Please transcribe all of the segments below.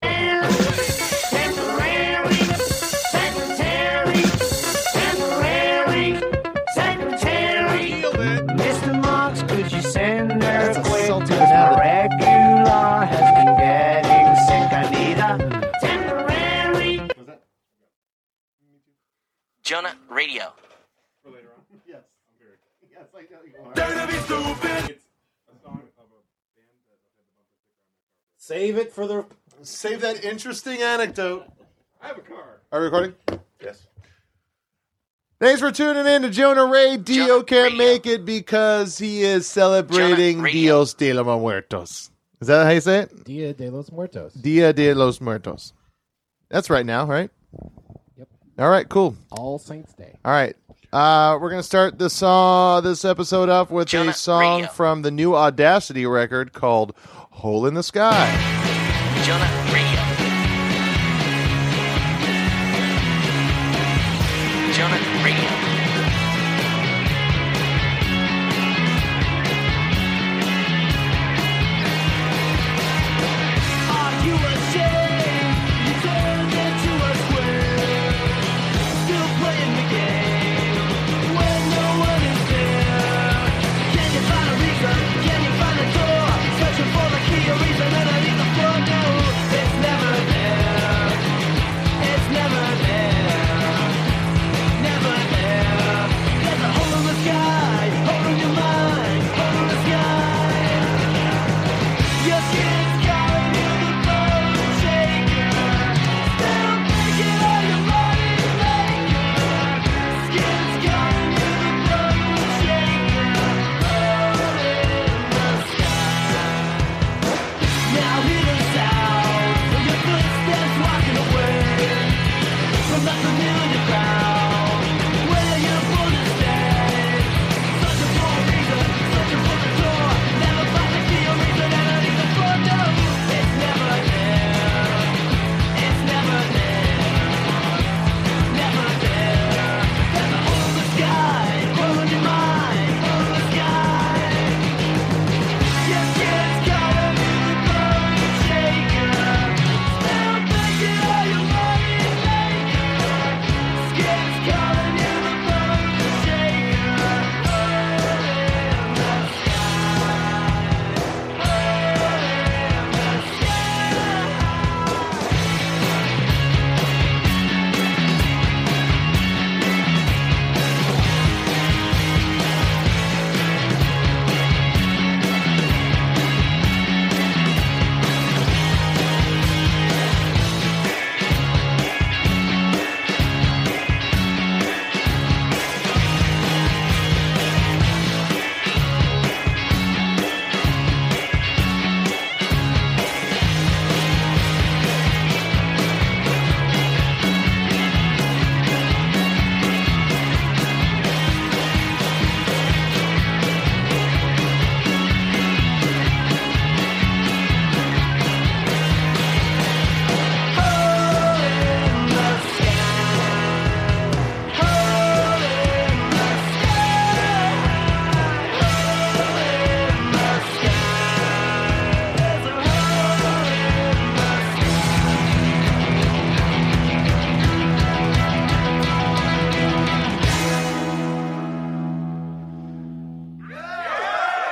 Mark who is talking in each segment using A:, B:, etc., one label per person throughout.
A: Temporary, secretary, temporary, secretary. Mr. Marks, could you send her quick? 'Cause my regular has been getting sick. I need a temporary.
B: Jonah Radio.
C: Save it for the.
D: Save that interesting anecdote.
C: I have a car.
D: Are we recording?
C: Yes.
D: Thanks for tuning in to Jonah Ray. Dio
B: Jonah
D: can't
B: Radio.
D: make it because he is celebrating
B: Jonah Radio.
D: Dios de los Muertos. Is that how you say it?
C: Dia de los Muertos.
D: Dia de los Muertos. That's right now, right?
C: Yep.
D: All right, cool.
C: All Saints Day.
D: All right. Uh, we're gonna start this uh, this episode off with
B: Jonah
D: a song
B: Radio.
D: from the new Audacity record called "Hole in the Sky."
B: Jonah Radio. Jonah Radio.
A: Are you ashamed? You turned into a square. Still playing the game when no one is there. Can you find a reason? Can you find a door? Searching for the key, a reason underneath the floor. No, it's never there. It's never there. Never there. There's a hole in the sky, hole in your mind, hole in the sky. Your skin's covered in the burning shaker. Still thinking of your money maker. Skin's covered in the burning shaker. Burning the sky. Now hear the sound of your footsteps walking away from the familiar crowd. Where you're born to stay. Searching for a reason, searching for the door. Never find the key or reason underneath the floor. No, it's never there. It's never there. Never there. There's a hole in the sky, hole in your mind, hole in the sky. Your skin's covered in the burning shaker. Still thinking of your money maker. Skin's covered in the burning shaker. Burning the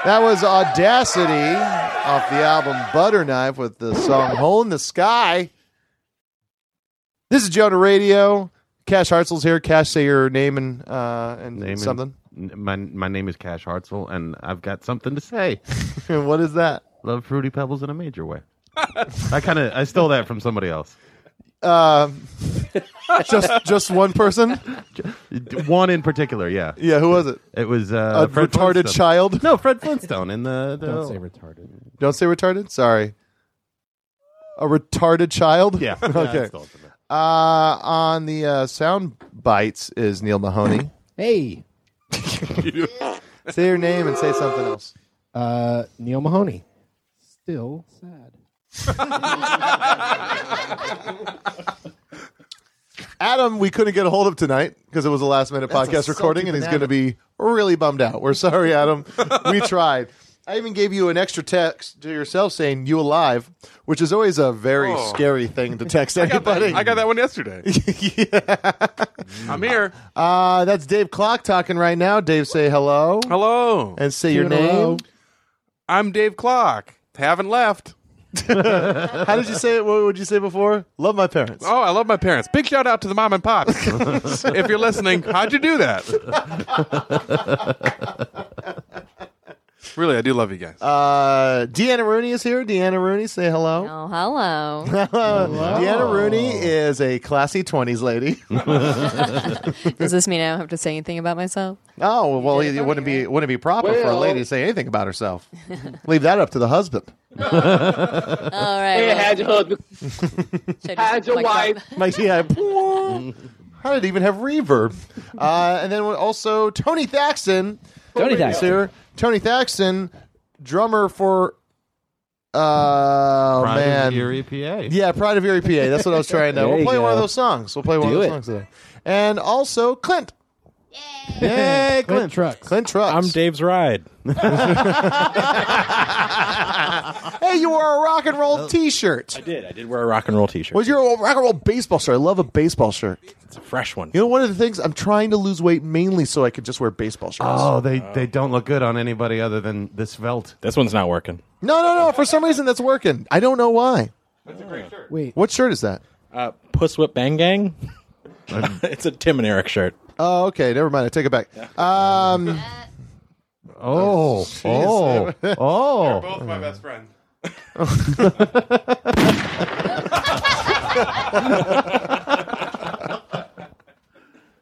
D: That was Audacity off the album Butter Knife with the song Hole in the Sky. This is Jonah Radio. Cash Hartzell's here. Cash, say your name and uh, and
E: Name and-
D: something.
E: N- My my name is Cash Hartzell, and I've got something to say.
D: And what is that?
E: Love fruity pebbles in a major way. I kind of I stole that from somebody else.
D: Um, just just one person?
E: One in particular, yeah.
D: Yeah, who was it?
E: It was uh,
D: A
E: Fred
D: retarded
E: Flintstone.
D: child?
E: No, Fred Flintstone in the, the
C: Don't say retarded.
D: Don't say retarded. Sorry, a retarded child.
E: yeah.
D: okay.
E: I stole it from that.
D: Uh, on the uh, sound bites is Neil Mahoney.
C: Hey,
D: say your name and say something else.
C: uh, Neil Mahoney. Still sad.
D: Adam, we couldn't get a hold of tonight because it was a last minute
F: That's a
D: podcast
F: salty
D: recording, and he's going
F: banana.
D: to be really bummed out. We're sorry, Adam. we tried. I even gave you an extra text to yourself saying "you alive," which is always a very
G: Oh.
D: scary thing to text
G: I got, that,
D: anybody.
G: I got that one yesterday. I'm here.
D: Uh, that's Dave Clock talking right now. Dave, say hello
G: Hello.
D: and say
C: Two
D: your
C: in a row.
D: name.
G: I'm Dave Clock. Haven't left.
D: How did you say it? What would you say before? Love my parents.
G: Oh, I love my parents. Big shout out to the mom and pops. if you're listening, how'd you do that? really, I do love you guys.
D: Uh, Deanna Rooney is here. Deanna Rooney, say hello.
H: Oh, hello.
D: Deanna Rooney is a classy 20s lady.
H: Does this mean I don't have to say anything about myself?
D: Oh well, it, wouldn't be it wouldn't be proper for a lady to say anything about herself. Leave that up to the husband.
H: All right. well, should I just
A: had your
H: like that?
A: wife.
D: Like, yeah, how did it even have reverb? Uh, and then also Tony Thaxton
I: Tony
D: is
I: Thaxton.
D: here. Tony Thaxton, drummer for. Uh,
E: Pride
D: man,
E: of Erie, PA.
D: yeah, Pride of Erie, PA. That's what I was trying to.
I: There
D: we'll
I: you
D: play
I: go.
D: one of those songs. We'll play one
I: Do
D: of those
I: it.
D: songs today. And also Clint. Yay, Clint,
C: Clint Trucks.
D: Clint Trucks.
I: I'm Dave's ride.
D: hey, you wore a rock and roll T-shirt.
I: did. I did wear a rock and roll T-shirt.
D: Was your old rock and roll baseball shirt? I love a baseball shirt.
I: It's a fresh one.
D: You know, one of the things I'm trying to lose weight mainly so I could just wear baseball shirts.
E: Oh, they they don't look good on anybody other than this felt.
I: This one's not working.
D: No, no, no. For some reason, that's working. I don't know why.
C: Wait,
D: What shirt is that?
I: Uh, Puss Whip Bang Gang. it's a Tim and Eric shirt.
D: Oh, okay. Never mind. I take it back. Um,
E: Oh, oh, oh!
G: Both my best friends.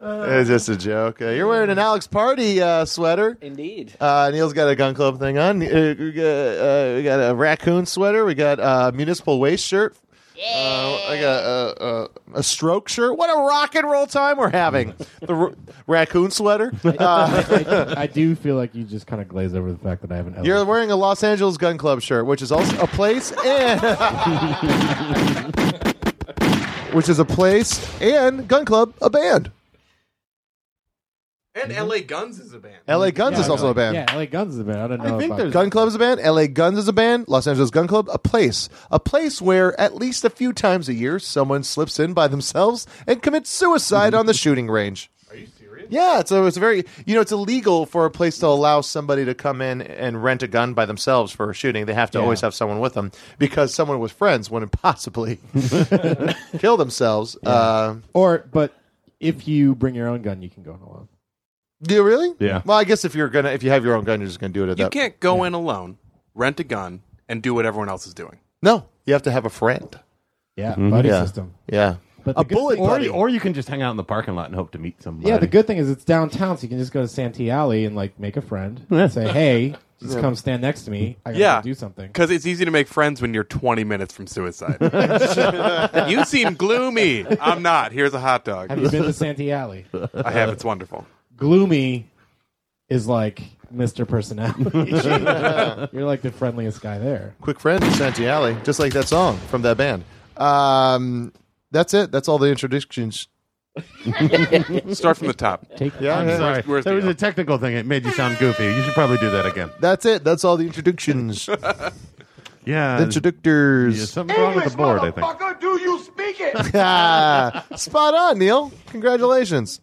D: it's just a joke. Uh, you're wearing an Alex Party uh, sweater.
I: Indeed.
D: Uh, Neil's got a gun club thing on. Uh, we, got, uh, we got a raccoon sweater. We got a municipal waste shirt. Uh, I got a, a, a stroke shirt. What a rock and roll time we're having. The r- raccoon sweater. Uh,
C: I, I do feel like you just kind of glazed over the fact that I haven't.
D: You're wearing a Los Angeles Gun Club shirt, which is also a place and which is a place and Gun Club a band.
G: And LA Guns is a band.
D: LA Guns is also a band.
C: Yeah, LA Guns is a band. I don't know.
E: I think
C: about
E: there's
D: Gun Club is a band. LA Guns is a band. Los Angeles Gun Club a place, a place where at least a few times a year someone slips in by themselves and commits suicide on the shooting range. Are you serious? Yeah, it's a, it's a very you know it's illegal for a place to allow somebody to come in and rent a gun by themselves for a shooting. They have to always have someone with them because someone with friends wouldn't possibly kill themselves. Uh,
C: Or, but if you bring your own gun, you can go in alone.
D: do you really?
E: Yeah.
D: Well, I guess if you're gonna if you have your own gun, you're just gonna do it at
G: You
D: that.
G: can't go in alone, rent a gun, and do what everyone else is doing.
D: No, you have to have a friend.
C: Yeah,
D: Mm-hmm.
C: buddy
D: Yeah.
C: system.
D: Yeah.
C: But
D: a
C: the good
D: bullet
C: thing-
E: Or,
D: buddy.
E: you- or you can just hang out in the parking lot and hope to meet somebody.
C: Yeah, the good thing is it's downtown, so you can just go to Santee Alley and like make a friend. and say, hey, just come stand next to me. I gotta
G: Yeah.
C: do something.
G: Because it's easy to make friends when you're 20 minutes from suicide. you seem gloomy. I'm not. Here's a hot dog.
C: Have you been to Santee Alley?
G: I have. It's wonderful.
C: Gloomy is like Mr. Personality. You're like the friendliest guy there.
D: Quick Friend of Santi Alley, just like that song from that band. Um, that's it. That's all the introductions.
G: Start from the top.
C: Take
D: Yeah,
E: I'm
D: yeah.
E: sorry.
G: Where's- where's
E: there was
G: Neil?
E: a technical thing. It made you sound goofy. You should probably do that again.
D: That's it. That's all the introductions.
E: Yeah. yeah,
D: Introductors.
E: something's wrong with the board. I think.
A: do you speak it?
D: Ah, spot on, Neil. Congratulations.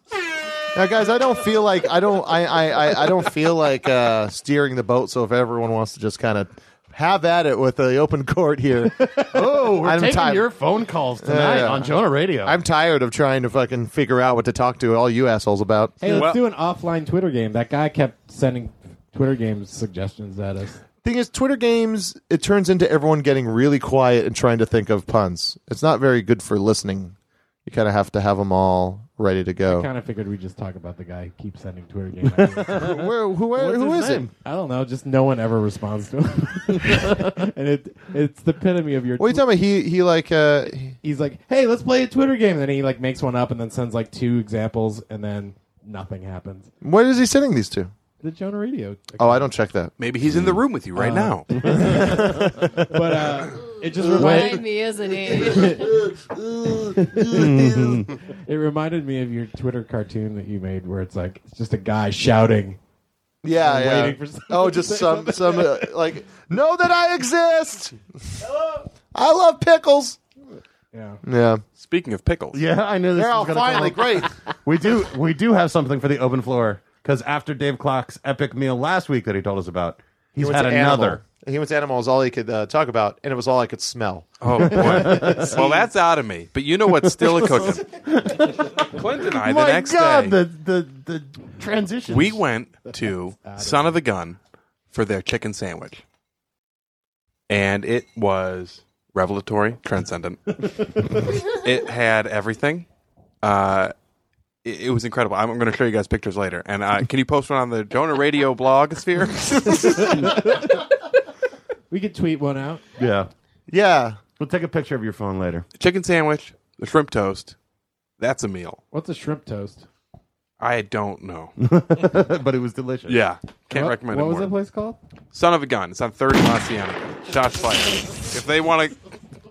D: Now, guys, I don't feel like I don't I I, I, I don't feel like uh, steering the boat. So if everyone wants to just kind of have at it with the open court here,
E: Oh, we're
D: I'm
E: taking
D: tired.
E: your phone calls tonight
D: Yeah.
E: on Jonah Radio.
D: I'm tired of trying to fucking figure out what to talk to all you assholes about.
C: Hey, let's
G: Well-
C: do an offline Twitter game. That guy kept sending Twitter game suggestions at us.
D: thing is twitter games it turns into everyone getting really quiet and trying to think of puns it's not very good for listening you kind of have to have them all ready to
C: I
D: go.
C: kind of figured we'd just talk about the guy who keeps sending Twitter game. ideas.
D: Where, who,
C: What's
D: who
C: his
D: is
C: name? I don't know. Just no one ever responds to him, and it it's the epitome of your.
D: What are you talking about? He he like uh he-
C: He's like, "Hey, let's play a Twitter game," and then he like makes one up and then sends like two examples, and then nothing happens.
D: what is he sending these to?
C: The Jonah Radio.
D: Oh, I don't check that.
G: Maybe he's in the room with you right now.
C: but uh, it just
H: Remind
C: reminded
H: me, isn't he?
C: it reminded me of your Twitter cartoon that you made, where it's like it's just a guy shouting.
D: Yeah,
C: I'm
D: yeah.
C: waiting for someone
D: oh,
C: to
D: just
C: say
D: some some uh, like know that I exist. I love pickles.
C: Yeah,
D: Yeah,
G: Speaking of pickles,
E: Yeah, I knew this
D: they're all
E: was going to come
D: finally
E: up.
D: great.
E: We do, we do have something for the open floor because after Dave Clock's epic meal last week that he told us about, he's
D: went
E: had
D: to
E: another.
D: Animal. He went to animal was all he could uh, talk about, and it was all I could smell.
G: Oh boy. well, that's out of me. But you know what's still a cooking? Clint and I the
E: My
G: next
E: God,
G: day
E: the the the transition.
G: we went to Son of a Gun for their chicken sandwich, and it was revelatory, transcendent. it had everything. Uh, it, it was incredible. I'm, going to show you guys pictures later. And uh, can you post one on the Donor Radio blog sphere?
C: we could tweet one out.
E: yeah.
D: Yeah,
E: We'll take a picture of your phone later.
G: chicken sandwich, the shrimp toast. That's a meal.
C: What's a shrimp toast?
G: I don't know.
E: but it was delicious.
G: Yeah, can't
C: what,
G: recommend
C: What
G: it
C: was
G: more.
C: that place called?
G: Son of a gun. It's on 30 La Cienega. Shots fired. If they want to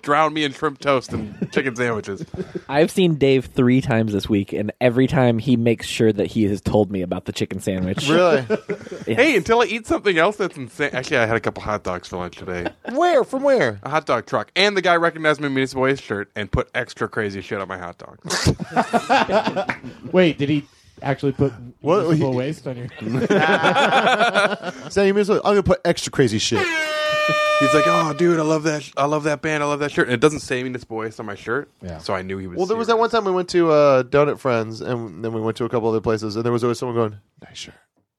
G: drown me in shrimp toast and chicken sandwiches,
F: I've seen Dave three times this week, and every time he makes sure that he has told me about the chicken sandwich.
D: really.
G: hey, until I eat something else that's insane. Actually, I had a couple hot dogs for lunch today.
D: where from where?
G: A hot dog truck, and the guy recognized my Meanest Boys shirt and put extra crazy shit on my hot dog.
C: Wait, did he actually put
D: What-
C: municipal waste on your?
D: So you mean, so I'm gonna put extra crazy shit.
G: He's like, "Oh, dude, I love that. I love that band. I love that shirt." And it doesn't say Meanest Boys on my shirt,
C: Yeah.
G: so I knew he was.
D: Well, there was that one time we went to uh, Donut Friends, and then we went to a couple other places, and there was always someone going, "Nice shirt."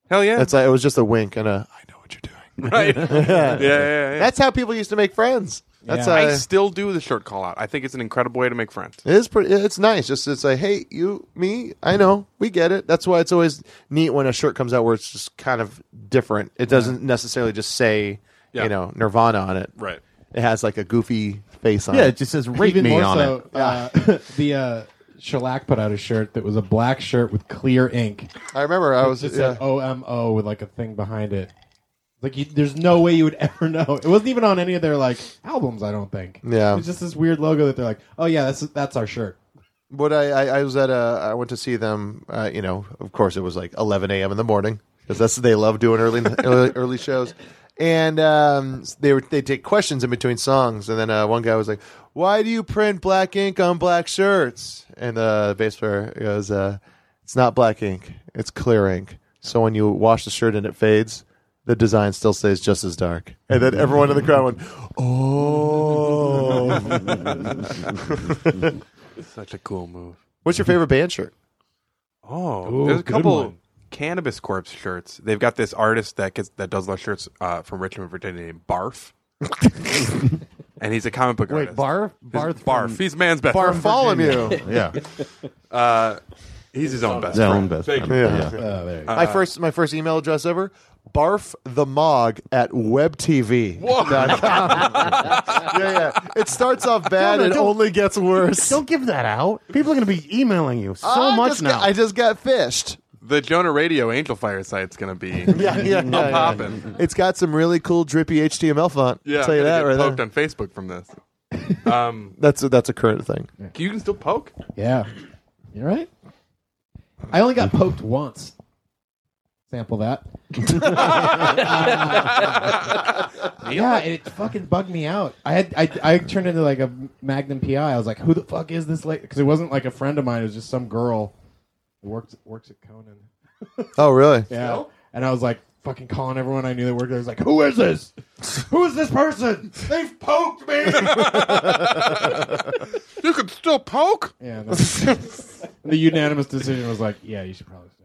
G: Hell yeah!
D: That's like, it was just a wink and a.
G: I know what you're doing. Right? yeah, yeah, yeah.
D: That's how people used to make friends. That's
C: Yeah.
D: how.
G: I still do the shirt call out. I think it's an incredible way to make friends.
D: It is pretty. It's nice just to say, "Hey, you, me, I know, we get it." That's why it's always neat when a shirt comes out where it's just kind of different. It doesn't necessarily just say,
G: Yeah.
D: you know, Nirvana on it.
G: Right.
D: It has like a goofy face on
E: Yeah, it
D: it.
E: just says rate
C: Even
E: me
C: more
E: on
C: so,
E: it.
C: Uh, the uh, shellac put out a shirt that was a black shirt with clear ink.
D: I remember I
C: It
D: was.
C: just
D: yeah.
C: said OMO with like a thing behind it. Like, you, there's no way you would ever know. It wasn't even on any of their like albums. I don't think.
D: Yeah.
C: it was just this weird logo that they're like, oh yeah, that's that's our shirt.
D: What I, I I was at a I went to see them. Uh, you know, of course, it was like 11 a.m. in the morning because that's what they love doing early early, early shows. And um, they were they take questions in between songs, and then uh, one guy was like, "Why do you print black ink on black shirts?" And uh, the bass player goes, uh, "It's not black ink. It's clear ink. So when you wash the shirt and it fades." The design still stays just as dark, and then everyone in the crowd went, "Oh!"
G: Such a cool move.
D: What's your favorite band shirt?
G: Oh,
C: Ooh,
G: there's a
C: good
G: couple
C: one.
G: Cannabis Corpse shirts. They've got this artist that gets that does a lot of shirts uh, from Richmond, Virginia, named Barf, and he's a comic book
E: Wait,
G: artist.
E: Barf?
G: Barf,
E: Barf?
G: Barf. He's man's best. friend. Uh,
D: Bartholomew.
E: Yeah.
G: He's his own best.
E: Their
G: friend.
E: own best
G: Thank you.
E: friend. Yeah.
C: Oh, there you go.
D: my first my first email address ever barfthemog at webtv yeah yeah it starts off bad
E: No, no,
D: and
E: don't-
D: only gets worse
E: Don't give that out. People are going to be emailing you so
D: I
E: much
D: just
E: now.
D: got- i just got fished
G: The Jonah Radio Angel Fire site's gonna be
D: yeah yeah, yeah, yeah.
G: popping.
D: it's got some really cool drippy html font
G: Yeah,
D: i'll tell you
G: I'm
D: that
G: gonna
D: right
G: get
D: there
G: poked on Facebook from this. Um,
D: that's a, that's a current thing
G: you can still poke.
C: Yeah, you're right. I only got poked once. Sample that. Yeah, and it fucking bugged me out. I had I, I turned into like a Magnum PI. I was like, who the fuck is this lady? Because it wasn't like a friend of mine. It was just some girl who works works at Conan.
D: oh really
C: Yeah, and I was like fucking calling everyone I knew that worked there. I was like, who is this? who is this person? They've poked me.
G: You can still poke.
C: yeah, and the- the unanimous decision was like, yeah, you should probably stay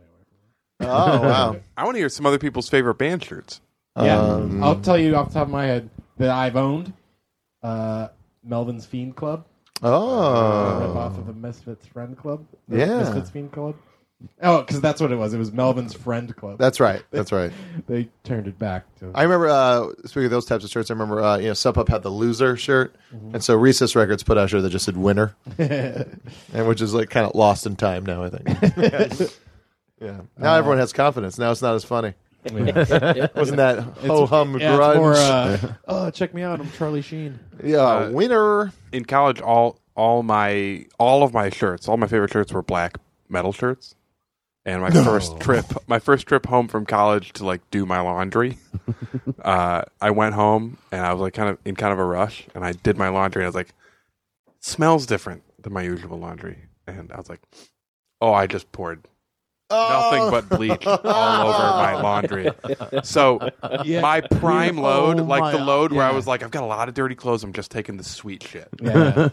C: away.
D: oh wow
G: I want to hear some other people's favorite band shirts.
C: Yeah, I'll tell you off the top of my head that I've owned uh, Melvin's Fiend Club.
D: oh
C: Rip off of the Misfits Friend Club. The
D: Yeah.
C: Misfits Fiend Club. Oh, because that's what it was. It was Melvin's Friend Club.
D: That's right. That's right.
C: they turned it back to.
D: I remember uh, speaking of those types of shirts. I remember uh, you know Sub Pop had the loser shirt,
C: Mm-hmm.
D: and so Recess Records put out a shirt that just said winner, and which is like kind of lost in time now. I think. yeah. Now
C: Uh,
D: everyone has confidence. Now it's not as funny.
C: Yeah.
D: Wasn't that
C: It's-
D: ho hum
C: yeah,
D: grunge?
C: it's more, uh, oh, check me out. I'm Charlie Sheen.
D: Yeah, winner.
G: In college, all all my all of my shirts, all my favorite shirts were black metal shirts. And my first trip, my first trip home from college to like do my laundry, uh, I went home and I was like kind of in kind of a rush, and I did my laundry, and I was like, smells different than my usual laundry, and I was like, oh, I just poured nothing but
E: Oh.
G: bleach all over my laundry. So
E: Yeah.
G: my prime load,
E: Oh
G: like the
E: my-
G: load where I
E: yeah.
G: was like, I've got a lot of dirty clothes. I'm just taking the sweet shit.
E: Yeah.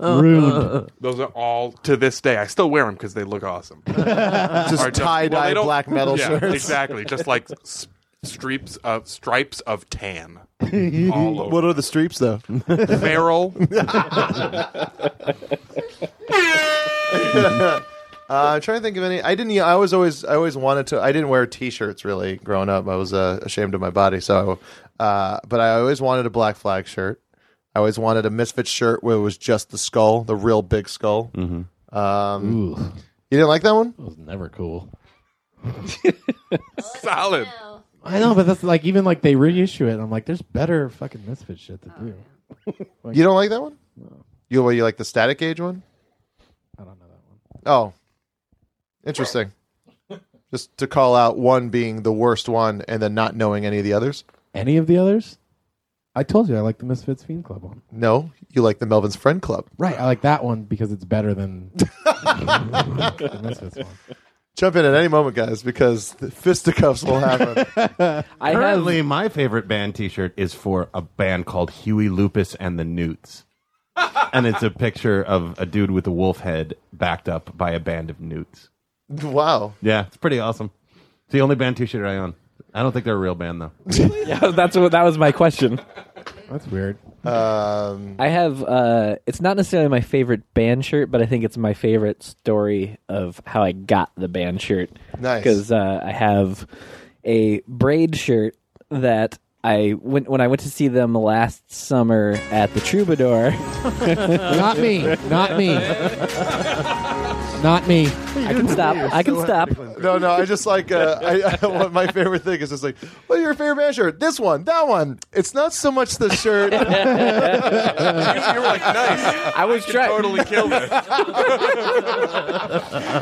E: Rude.
G: Those are all to this day. I still wear them because they look awesome.
D: Just
G: Or
D: tie-dye
G: they don't-
D: black metal
G: yeah,
D: shirts.
G: Exactly. Just like s- stripes of stripes of tan. all over.
D: what are the streeps though?
G: Feral.
D: uh, I'm trying to think of any. I didn't. I was always. I always wanted to. I didn't wear T-shirts really growing up. I was uh, ashamed of my body. So, uh, but I always wanted a Black Flag shirt. I always wanted a Misfits shirt where it was just the skull, the real big skull. Mm-hmm. Um, You didn't like that one? It
C: was never cool.
G: Solid.
C: I know, but that's like even like they reissue it. and I'm like, there's better fucking Misfit shit to do.
D: you don't like that one? You well, you like the Static Age one? I don't know that one. Oh, interesting. Just to call out one being the worst one, and then not knowing any of the others.
C: Any of the others? I told you I like the Misfits Fiend Club one.
D: No, you like the Melvin's Friend Club.
C: Right, I like that one because it's better than the Misfits one.
D: Jump in at any moment, guys, because the fisticuffs will happen.
E: I Currently, my favorite band T-shirt is for a band called Huey Lupus and the Newts, and it's a picture of a dude with a wolf head backed up by a band of newts.
D: wow.
E: Yeah, it's pretty awesome. It's the only band T-shirt I own. I don't think they're a real band though.
F: yeah, that's what that was my question.
C: That's weird.
D: Um,
F: I have. Uh, it's not necessarily my favorite band shirt, but I think it's my favorite story of how I got the band shirt.
D: Nice.
F: because uh, I have a braid shirt that I when when I went to see them last summer at the Troubadour.
C: Not me. Not me. Not me.
F: I can stop. I can stop.
D: No, no, I just like uh, I, I, what my favorite thing is just like, what's your favorite band shirt? This one, that one. It's not so much the shirt.
G: you were like, nice.
F: I was trying.
G: Totally killed it.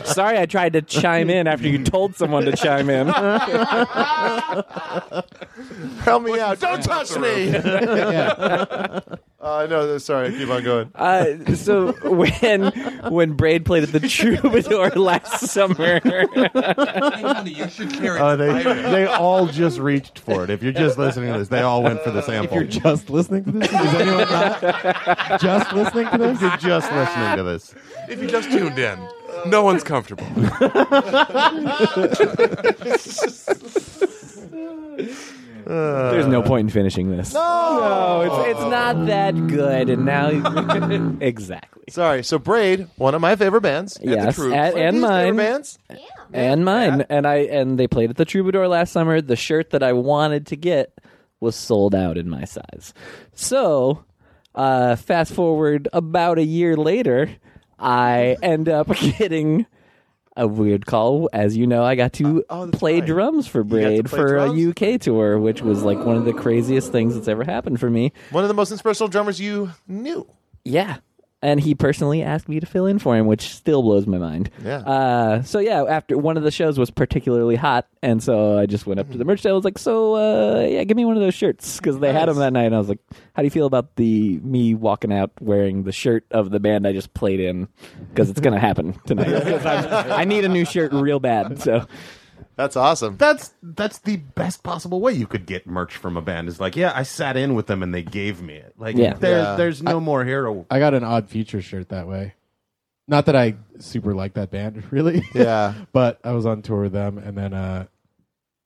F: Sorry, I tried to chime in after you told someone to chime in.
D: Help me out! Don't touch me.
F: Yeah.
D: Uh, no, sorry. Keep on going.
F: Uh, so when when Braid played at the Troubadour last summer,
E: Oh, they they all just reached for it. If you're just listening to this, they all went for the sample.
C: If you're just listening to this, is anyone not just listening to this?
E: You're just listening to this.
G: If you just tuned in, no one's comfortable.
F: there's no point in finishing this.
D: No,
F: it's it's not that good. And now, exactly.
D: Sorry. So Braid, one of my favorite bands.
F: yes, at-
D: One of
F: and
D: these favorite
F: mine,
D: bands.
F: and mine, and I and they played at the Troubadour last summer. The shirt that I wanted to get was sold out in my size. So, uh, fast forward about a year later, I end up getting a weird call. As you know, I got
D: Uh,
F: to play drums for Braid
D: play
F: for
D: oh, drums?
F: a UK tour, which was like one of the craziest things that's ever happened for me.
D: One of the most inspirational drummers you knew.
F: Yeah. And he personally asked me to fill in for him, which still blows my mind.
D: Yeah.
F: Uh, so yeah, after one of the shows was particularly hot, and so I just went up to the merch table. I was like, "So uh, yeah, give me one of those shirts," because they had them that night. And I was like, "How do you feel about the me walking out wearing the shirt of the band I just played in? Because it's gonna happen tonight. 'Cause I'm- I need a new shirt real bad." So
D: That's awesome.
E: That's that's the best possible way you could get merch from a band. Is like, yeah, I sat in with them and they gave me it. Like,
C: Yeah.
E: there's
C: Yeah.
E: there's no more hero.
C: I got an odd future shirt that way. Not that I super like that band, really.
D: Yeah.
C: but I was on tour with them, and then uh,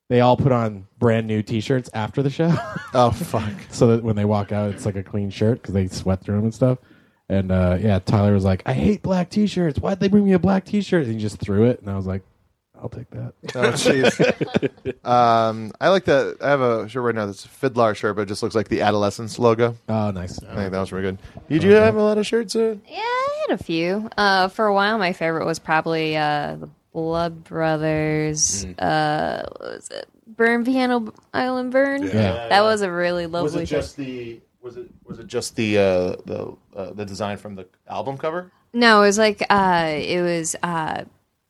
C: they all put on brand new T-shirts after the show.
D: oh fuck!
C: so that when they walk out, it's like a clean shirt because they sweat through them and stuff. And uh, yeah, Tyler was like, "I hate black T-shirts. Why'd they bring me a black T-shirt?" And he just threw it, and I was like, "I'll take that."
D: Oh jeez. um, I like that. I have a shirt right now that's a Fiddler shirt, but it just looks like the Adolescence logo.
C: Oh, nice.
D: I think that was really good. Did you have a lot of shirts? Uh?
H: Yeah, I had a few. Uh, for a while, my favorite was probably uh, the Blood Brothers. Uh, what was it? Burn Piano Island Burn.
C: Yeah. Yeah.
H: That was a really lovely.
J: Was it just
H: shirt.
J: the? Was it? Was it just the? Uh, the uh, the design from the album cover?
H: No, it was like uh, it was uh,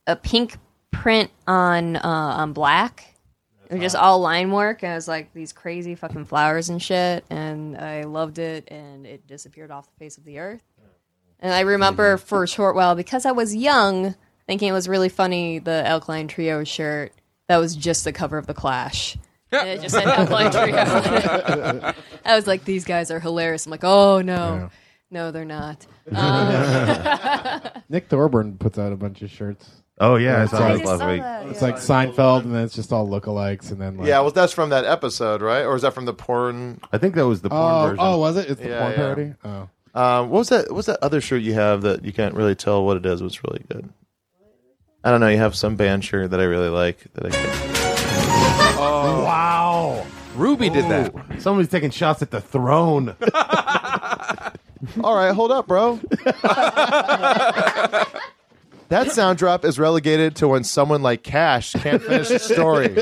H: a pink print on uh, on black. It was just all line work, and it was like these crazy fucking flowers and shit. And I loved it, and it disappeared off the face of the earth. And I remember for a short while because I was young, thinking it was really funny the Alkaline Trio shirt that was just the cover of the Clash. And it just said Alkaline Trio. on it. I was like, these guys are hilarious. I'm like, oh no,
C: Yeah.
H: no, they're not. Um,
C: Nick Thorburn puts out a bunch of shirts.
E: Oh, yeah, I
C: it's
E: saw
C: like,
E: those last I week. saw that,
C: It's
E: yeah.
C: like Seinfeld, and then it's just all lookalikes, and then like,
D: Yeah, well, that's from that episode, right? Or is that from the porn?
E: I think that was the porn
C: oh,
E: version.
C: oh, was it? It's the
D: Yeah,
C: porn
D: yeah.
C: parody. Oh,
J: Um, what was that? What was that other shirt you have that you can't really tell what it is? Was really good. I don't know. You have some band shirt that I really like. That I can't.
G: Oh,
E: Wow.
G: Ruby did that.
E: Somebody's taking shots at the throne.
D: All right, hold up, bro. that sound drop is relegated to when someone like Cash can't finish the story.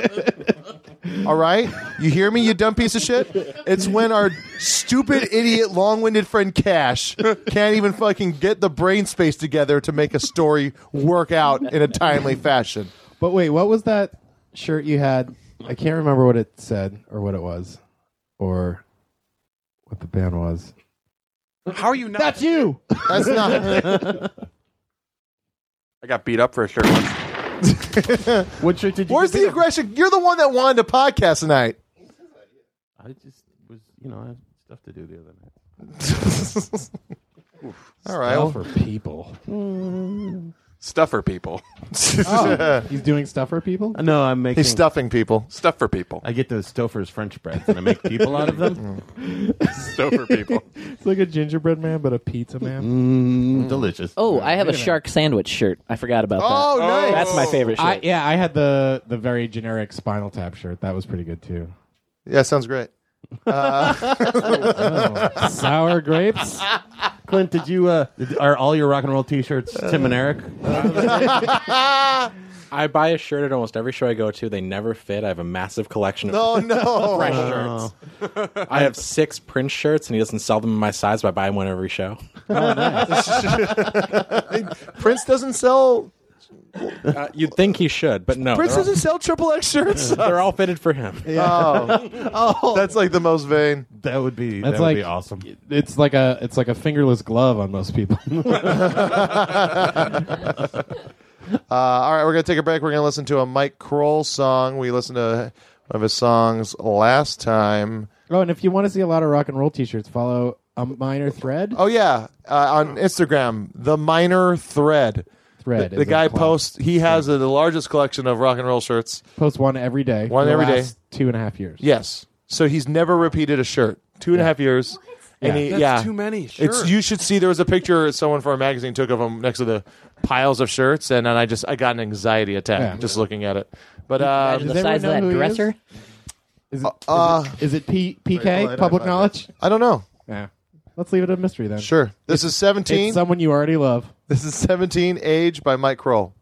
D: All right? You hear me, you dumb piece of shit? It's when our stupid, idiot, long winded friend Cash can't even fucking get the brain space together to make a story work out in a timely fashion.
C: but wait, what was that shirt you had? I can't remember what it said or what it was, or what the band was.
G: How are you not?
C: That's you.
D: That's not.
G: I got beat up for a shirt once.
E: What shirt did you
D: Where's the aggression? You're the one that wanted to podcast tonight.
E: I just was, you know, I had stuff to do the other night.
D: All right. well-
C: for people.
G: Stuffer people.
C: He's doing stuff for people.
E: No, I'm making.
D: He's stuffing people.
G: Stuffer people.
E: I get those Stouffer's French breads and I make people out of them.
G: Stuffer people.
C: It's like a gingerbread man, but a pizza man.
E: Mm, delicious.
F: Oh, I have a
C: minute.
F: shark sandwich shirt. I forgot about
D: Oh,
F: that.
D: nice.
F: That's my favorite shirt.
C: I, yeah, I had the the very generic Spinal Tap shirt. That was pretty good too.
D: Yeah, sounds great.
C: Oh, sour grapes.
E: Clint, did you? Uh, did- are all your rock and roll T-shirts Tim and Eric?
I: I buy a shirt at almost every show I go to. They never fit. I have a massive collection of
D: Oh, no.
I: fresh shirts. I have six Prince shirts, and he doesn't sell them in my size, but I buy one every show.
D: Prince doesn't sell.
I: Uh, you'd think he should, but no.
D: Prince
I: they're,
D: doesn't sell triple X shirts.
I: all, they're all fitted for him.
D: Oh, oh, that's like the most vain.
E: That would be.
C: That's
E: that would
C: like
E: be awesome.
C: It's like a it's like a fingerless glove on most people.
D: Uh, all right, we're gonna take a break. We're gonna listen to a Mike Kroll song. We listened to one of his songs last time.
C: oh, and if you want to see a lot of rock and roll T-shirts, follow a minor thread.
D: Oh yeah, uh, on Instagram, the Minor Thread.
C: thread.
D: The,
C: is
D: the
C: a
D: guy
C: club.
D: posts. He has uh, the largest collection of rock and roll shirts.
C: posts one every day.
D: One
C: for the
D: every day.
C: last Two and a half years.
D: Yes, so he's never repeated a shirt. Two and a half years. And
C: Yeah.
D: he,
G: That's
D: yeah,
G: too many. Sure.
D: It's you should see there was a picture someone from a magazine took of him next to the piles of shirts, and then I just I got an anxiety attack
C: Yeah.
D: just looking at it. But uh,
F: Imagine the
C: does
F: size of that
C: everyone know who he is?
F: dresser.
C: Is it,
D: Uh,
C: is it P-
E: Wait,
C: PK?
E: wait,
C: public
E: wait, wait.
C: knowledge.
D: I don't know.
C: Yeah. Let's leave it a mystery then.
D: Sure, this is seventeen.
C: It's someone you already love.
D: this is seventeen. Age by Mike Kroll.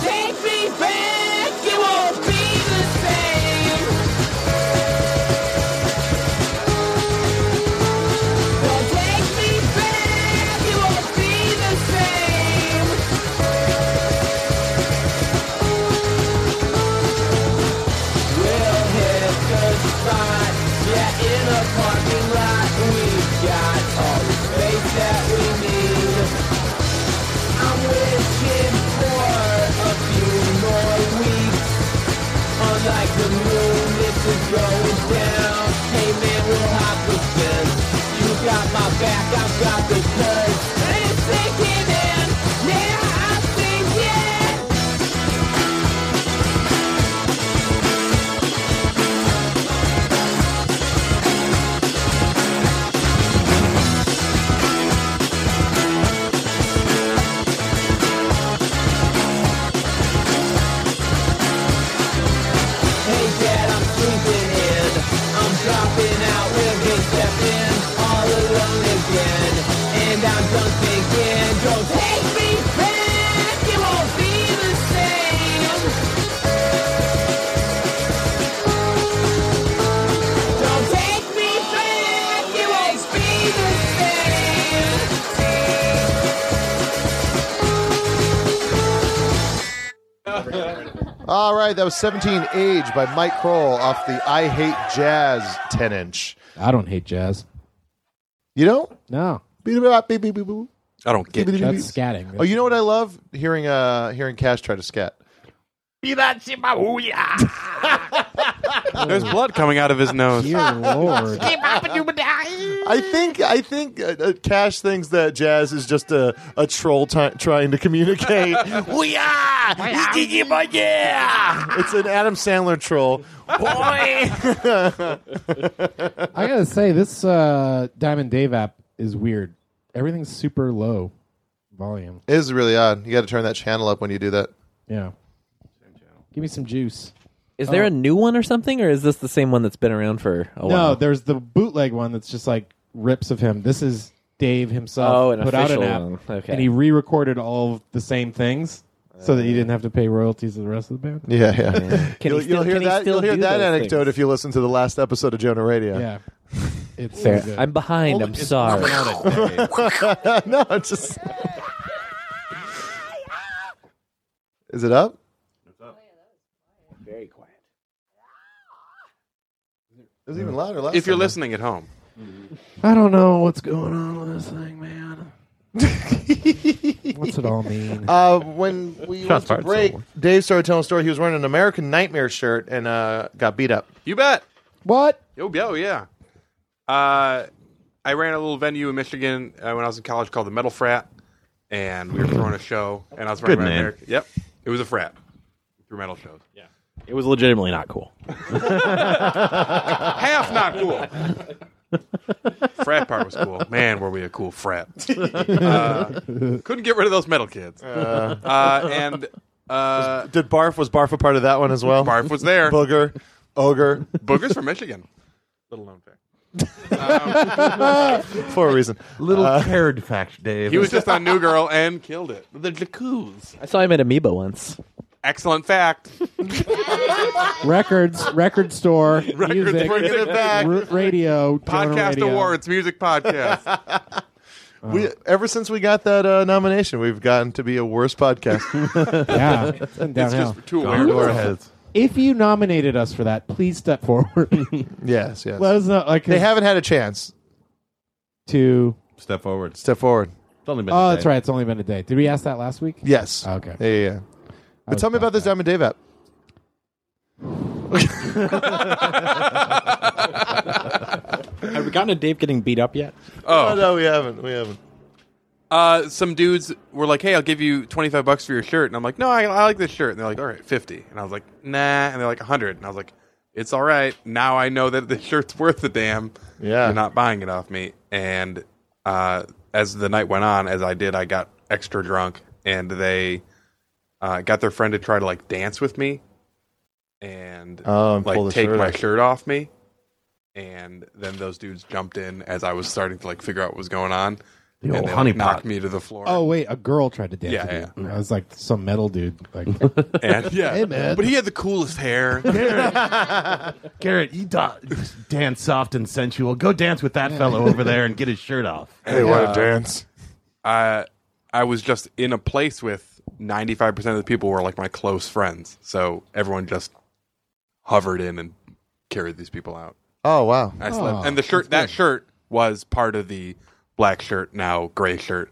A: Take me back, it won't be the
D: All right, that was 17 Age by Mike Kroll off the I Hate Jazz 10 inch. I don't hate jazz. You don't?
C: No.
G: I don't
C: get That's jazz. scatting.
D: Oh, you know what I love? Hearing uh hearing Cash try to scat.
G: There's blood coming out of his nose.
C: Lord.
D: I think I think uh, uh, Cash thinks that jazz is just a, a troll ti- trying to communicate. we are. it's an Adam Sandler troll. Boy.
C: I gotta say, this uh, Diamond Dave app is weird. Everything's super low volume.
D: It is really odd. You got to turn that channel up when you do that.
C: Yeah. Give me some juice.
F: Is there
C: Oh.
F: a new one or something, or is this the same one that's been around for a
C: no,
F: while?
C: there's the bootleg one that's just like rips of him. This is Dave himself
F: Oh, an
C: put out an
F: official
C: app,
F: one. Okay.
C: and he re-recorded all of the same things so
F: Uh.
C: that you didn't have to pay royalties to the rest of the band.
D: Yeah, yeah. you'll, you'll hear that. You'll hear that anecdote
C: Things?
D: if you listen to the last episode of Jonah Radio.
C: Yeah. It's
F: Fair.
C: so good.
F: I'm behind. I'm sorry.
D: no, it's just. Is it up?
F: Very quiet.
D: It was even louder last
G: If you're
D: time.
G: listening at home,
C: I don't know what's going on with this thing, man. what's it all mean?
D: Uh, when we
C: Shots
D: went to
C: fired,
D: break, Dave started telling a story. He was wearing an American Nightmare shirt and uh, got beat up.
G: you bet.
C: What?
G: Yo, yo, yeah. Uh, I ran a little venue in Michigan uh, when I was in college called the Metal Frat, and we were throwing a show, and I was running
I: Good
G: around
I: name.
G: America. Yep, it was a frat. Through metal shows. Yeah.
I: It was legitimately not cool.
G: Half not cool. frat part was cool. Man, were we a cool frat. Uh, couldn't get rid of those metal kids. Uh,
D: Uh.
G: and uh,
D: Did Barf was Barf a part of that one as well?
G: Barf was there.
D: Booger, ogre,
G: Booger's from Michigan. Little known fact.
D: for a reason.
E: Little
D: Uh,
E: cared fact, Dave.
G: He was just on New Girl and killed it. The Jacuz.
F: I saw him at Amoeba once.
G: Excellent fact.
C: Records, record store,
G: Records
C: music,
G: brings it back.
C: r- radio, Jonah
G: Podcast
C: radio.
G: Awards, music podcast.
D: we ever since we got that uh, nomination, we've gotten to be a worse podcast.
C: Yeah, it's been downhill.
G: too
D: Gone to our heads.
C: If you nominated us for that, please step forward.
D: Yes, yes.
C: Let us know. Like
D: they haven't had a chance.
C: to.
E: Step forward.
D: Step forward.
E: It's only been
C: Oh,
E: a
C: that's
E: day.
C: right. It's only been a day. Did we ask that last week?
D: Yes.
C: Okay.
D: Yeah, yeah. yeah. But tell me about this Diamond Dave app.
I: Have we gotten to Dave getting beat up yet?
G: Oh.
D: no, we haven't. We haven't.
G: Uh, some dudes were like, "Hey, I'll give you twenty five bucks for your shirt," and I'm like, "No, I, I like this shirt." And they're like, "All right, 50. And I was like, "Nah," and they're like, "100." And I was like, "It's all right." Now I know that the shirt's worth the damn.
D: Yeah.
G: you're not buying it off me. And uh, as the night went on, as I did, I got extra drunk, and they uh, got their friend to try to like dance with me, and
D: Oh, and pull
G: like
D: the
G: take
D: shirt
G: my
D: off.
G: shirt off me. And then those dudes jumped in as I was starting to like figure out what was going on.
E: The old
G: and they
E: honey
G: like, knocked
E: pot.
G: me to the floor.
C: Oh wait, a girl tried to dance.
G: Yeah,
C: with you. I was like some metal dude. Like,
G: And yeah,
C: Hey, man.
G: but he had the coolest hair.
E: Garrett, you da- dance soft and sensual. Go dance with that fellow over there and get his shirt off.
D: Hey,
G: what a
D: dance!
G: I I was just in a place with 95% of the people were like my close friends. So everyone just hovered in and carried these people out.
D: Oh wow!
G: I slept.
C: Aw,
G: and the shirt that shirt was part of the black shirt now gray shirt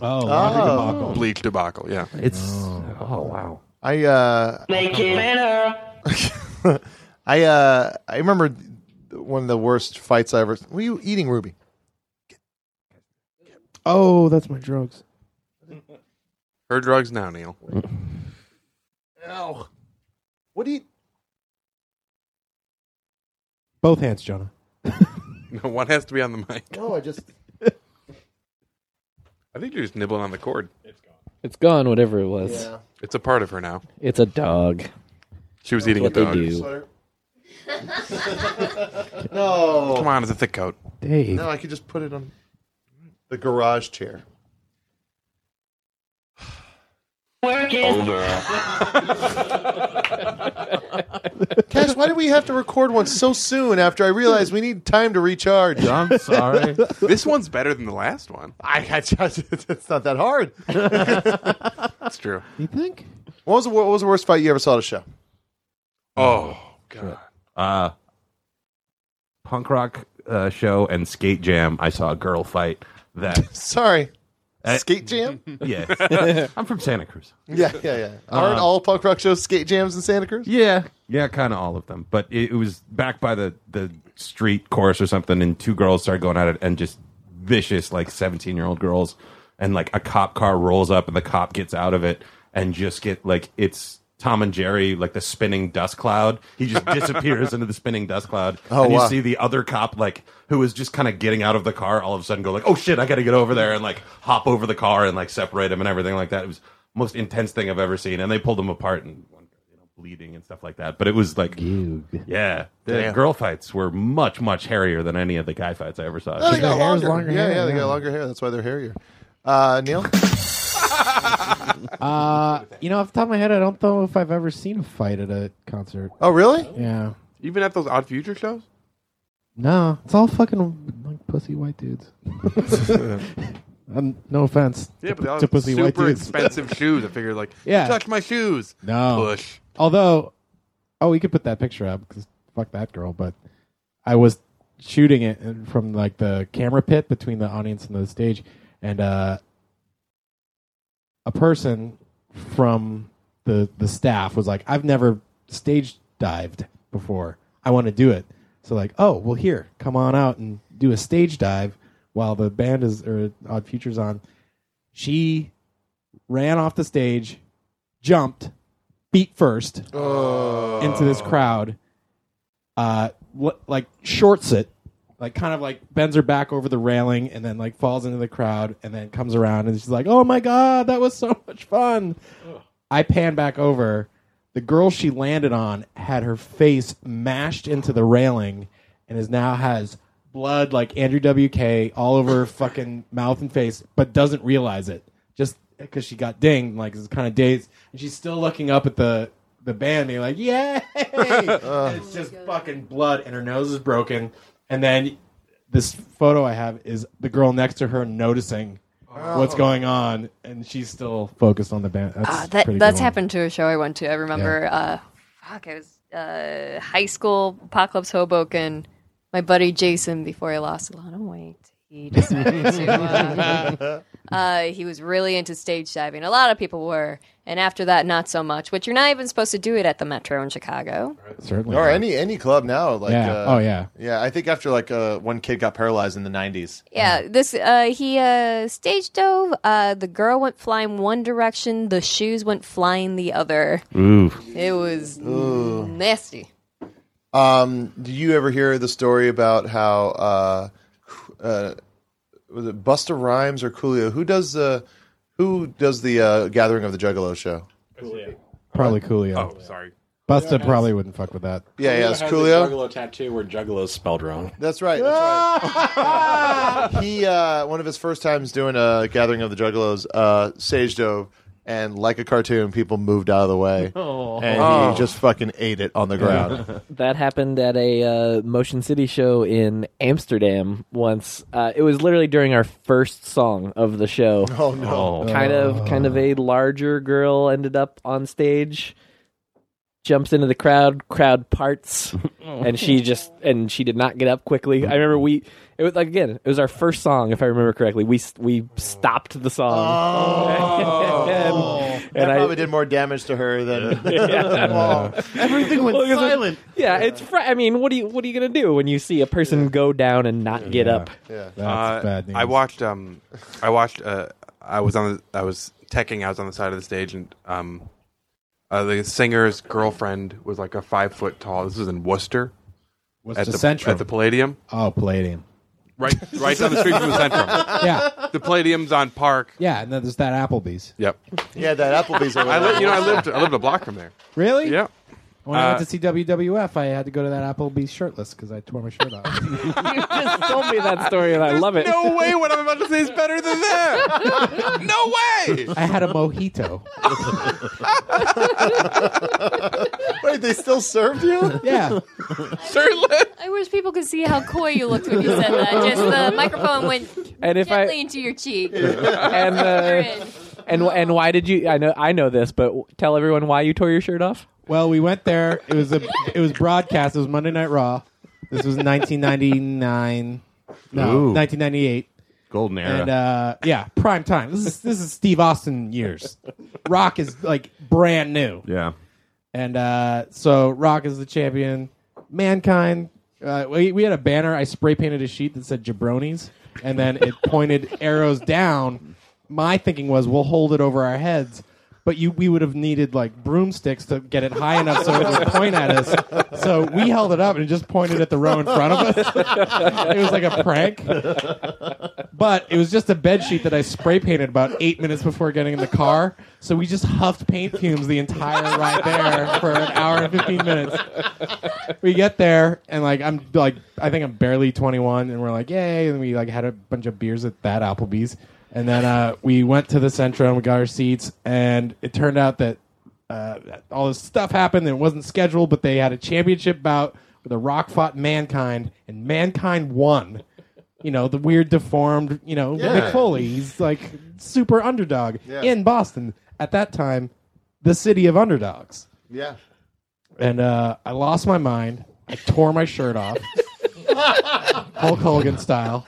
C: oh,
D: Oh.
C: laundry debacle.
G: bleach debacle. Yeah.
E: It's oh wow.
D: I uh,
A: Make it better.
D: I uh, I remember th- one of the worst fights I ever. Were you eating Ruby?
C: Oh, that's my drugs.
G: Her drugs now, Neil.
D: What do you?
C: Both hands, Jonah.
G: No one has to be on the mic.
D: No, oh, I just.
G: I think you're just nibbling on the cord.
F: It's gone, whatever it was.
G: It's a part of her now.
F: It's a dog.
G: She was eating a
F: what they
G: dog.
F: do.
D: no.
G: Come on, it's a thick coat.
C: Dave,
D: No, oh, I could just put it on the garage chair.
A: Work it.
D: Cash, why do we have to record one so soon after I realized we need time to recharge?
E: I'm sorry.
G: This one's better than the last one.
D: I, I just, it's not that hard.
G: That's true.
C: you think?
D: What was the, what was the worst fight you ever saw at a show?
G: Oh
E: god. Uh, punk rock uh, show and skate jam. I saw a girl fight that.
D: Sorry.
E: Uh,
D: skate jam?
E: yeah, I'm from Santa Cruz.
D: Yeah, yeah, Uh, yeah. Aren't
E: Um,
D: all punk rock shows skate jams in Santa Cruz?
E: Yeah, yeah, kind of all of them. But it, it was back by the the street chorus or something, and two girls started going at it, and just vicious, like seventeen year old girls, and like a cop car rolls up, and the cop gets out of it, and just get like it's. Tom and Jerry, like the spinning dust cloud, he just disappears into the spinning dust cloud,
D: Oh,
E: and you
D: wow.
E: see the other cop, like who was just kind of getting out of the car, all of a sudden go like, "Oh shit, I got to get over there," and like hop over the car and like separate him and everything like that. It was the most intense thing I've ever seen, and they pulled him apart and bleeding and stuff like that. But it was like, yeah, the
D: Damn.
E: girl fights were much much hairier than any of the guy fights I ever saw.
D: Oh, they got
C: hair was
D: longer.
C: longer
D: yeah,
C: hair,
D: yeah, they
C: yeah.
D: got longer hair. That's why they're hairier. Uh, Neil?
C: Uh, you know, off the top of my head, I don't know if I've ever seen a fight at a concert.
D: Oh, really?
C: Yeah.
G: Even at those Odd Future shows?
C: No, it's all fucking like pussy white dudes. um, no offense.
G: Yeah,
C: to,
G: but they all
C: to
G: have
C: pussy white
G: super
C: dudes.
G: expensive shoes. I figured, like,
C: Yeah.
G: touch my shoes.
C: No.
G: Push.
C: Although, oh, we could put that picture up because fuck that girl. But I was shooting it in- from like the camera pit between the audience and the stage, and uh, a person from the the staff was like, "I've never stage dived before. I want to do it." So like, oh, well, here, come on out and do a stage dive while the band is or Odd Futures on. She ran off the stage, jumped feet first into this crowd. Uh, what like shorts it, like kind of like bends her back over the railing and then like falls into the crowd and then comes around and she's like, "Oh my god, that was so much fun." I pan back over. The girl she landed on had her face mashed into the railing and is now has blood like Andrew WK all over her fucking mouth and face, but doesn't realize it just because she got dinged. Like is kind of dazed, and she's still looking up at the the band, being like, "Yay!" and it's just fucking blood, and her nose is broken. And then this photo I have is the girl next to her noticing what's going on, and she's still focused on the band. That's,
H: Ah,
C: pretty
H: that
C: good
H: that's
C: one.
H: happened to a show I went to. I remember. Uh, fuck, I was uh, high school apocalypse Hoboken. My buddy Jason, before he lost a lot of weight, he decided to. Uh, uh, he was really into stage diving. A lot of people were, and after that, not so much. But you're not even supposed to do it at the Metro in Chicago.
C: Certainly.
D: Or
C: not.
D: any any club now. Like,
C: Yeah.
D: Uh,
C: Oh, yeah.
D: Yeah, I think after like uh, one kid got paralyzed in the 90s.
H: Yeah, this uh, he uh, stage dove. Uh, the girl went flying one direction. The shoes went flying the other.
E: Ooh.
H: It was nasty.
D: Um, do you ever hear the story about how uh, uh, was it Busta Rhymes or Coolio? Who does the who does the uh, Gathering of the Juggalo show?
C: Probably Coolio.
G: Oh, sorry.
C: Busta probably wouldn't fuck with that.
D: Yeah, yeah,
I: Has
D: it's
I: the
D: Coolio.
I: Juggalo tattoo where Juggalo's spelled wrong.
D: That's right. That's right. he uh, one of his first times doing a Gathering of the Juggalos uh, stage dove. And like a cartoon, people moved out of the way, and
I: Oh.
D: he just fucking ate it on the ground.
F: That happened at a uh, Motion City show in Amsterdam once. Uh, it was literally during our first song of the show.
D: oh no!
F: Kind of, kind of a larger girl ended up on stage, jumps into the crowd, crowd parts, and she just and she did not get up quickly. I remember we it was like again, it was our first song if I remember correctly. We s- we stopped the
E: Oh.
F: song. and,
D: That
F: and I
D: probably did more damage to her than
C: Everything went silent.
F: Yeah, it's. Fr- I mean, what do you what are you gonna do when you see a person go down and not get up?
C: That's
G: Uh,
C: bad news.
G: I watched. Um, I watched. Uh, I was on. The, I was teching. I was on the side of the stage, and um, uh, the singer's girlfriend was like a five foot tall. This is in Worcester
C: What's
G: at
C: the
G: the
C: Centrum?
G: at the Palladium,
C: oh, Palladium.
G: right, right down the street from the Centrum.
C: Yeah,
G: The Palladium's on Park.
C: yeah, and then there's that Applebee's.
G: Yep.
D: yeah, that Applebee's. over
G: I
D: there.
G: li- you know I lived I lived a block from there.
C: Really?
G: Yeah.
C: When I
G: Uh,
C: went to see WWF, I had to go to that Applebee's shirtless because I tore my shirt off.
F: you just told me that story, and I love it.
G: No way! What I'm about to say is better than that. No way!
C: I had a mojito.
D: Wait, they still served you?
C: Yeah,
G: Shirtless.
H: I wish people could see how coy you looked when you said that. Just the microphone went
F: and if
H: gently
F: I
H: into your cheek.
F: and
H: You're
F: uh,
H: in.
F: And and why did you? I know I know this, but w- tell everyone why you tore your shirt off.
C: Well, we went there. It was a it was broadcast. It was Monday Night Raw. This was 1999. No,
E: Ooh.
C: 1998.
E: Golden era.
C: And uh, yeah, prime time. This is this is Steve Austin years. Rock is like brand new.
E: Yeah.
C: And uh, so Rock is the champion. Mankind. Uh, we we had a banner. I spray painted a sheet that said Jabronis, and then it pointed arrows down. My thinking was we'll hold it over our heads, but you we would have needed like broomsticks to get it high enough so it would point at us. So we held it up and it just pointed at the row in front of us. it was like a prank. But it was just a bed sheet that I spray painted about eight minutes before getting in the car. So we just huffed paint fumes the entire ride there for an hour and fifteen minutes. We get there and like I'm like I think I'm barely twenty one and we're like, yay, and we like had a bunch of beers at that Applebee's. And then uh, we went to the Centro and we got our seats and it turned out that uh, all this stuff happened that wasn't scheduled, but they had a championship bout where the Rock fought Mankind, and Mankind won. You know, the weird, deformed, you know,
A: Yeah.
C: Mick Foley. He's like super underdog
A: Yeah.
C: in Boston at that time, the city of underdogs.
D: Yeah.
C: And uh, I lost my mind. I tore my shirt off, Hulk Hogan style.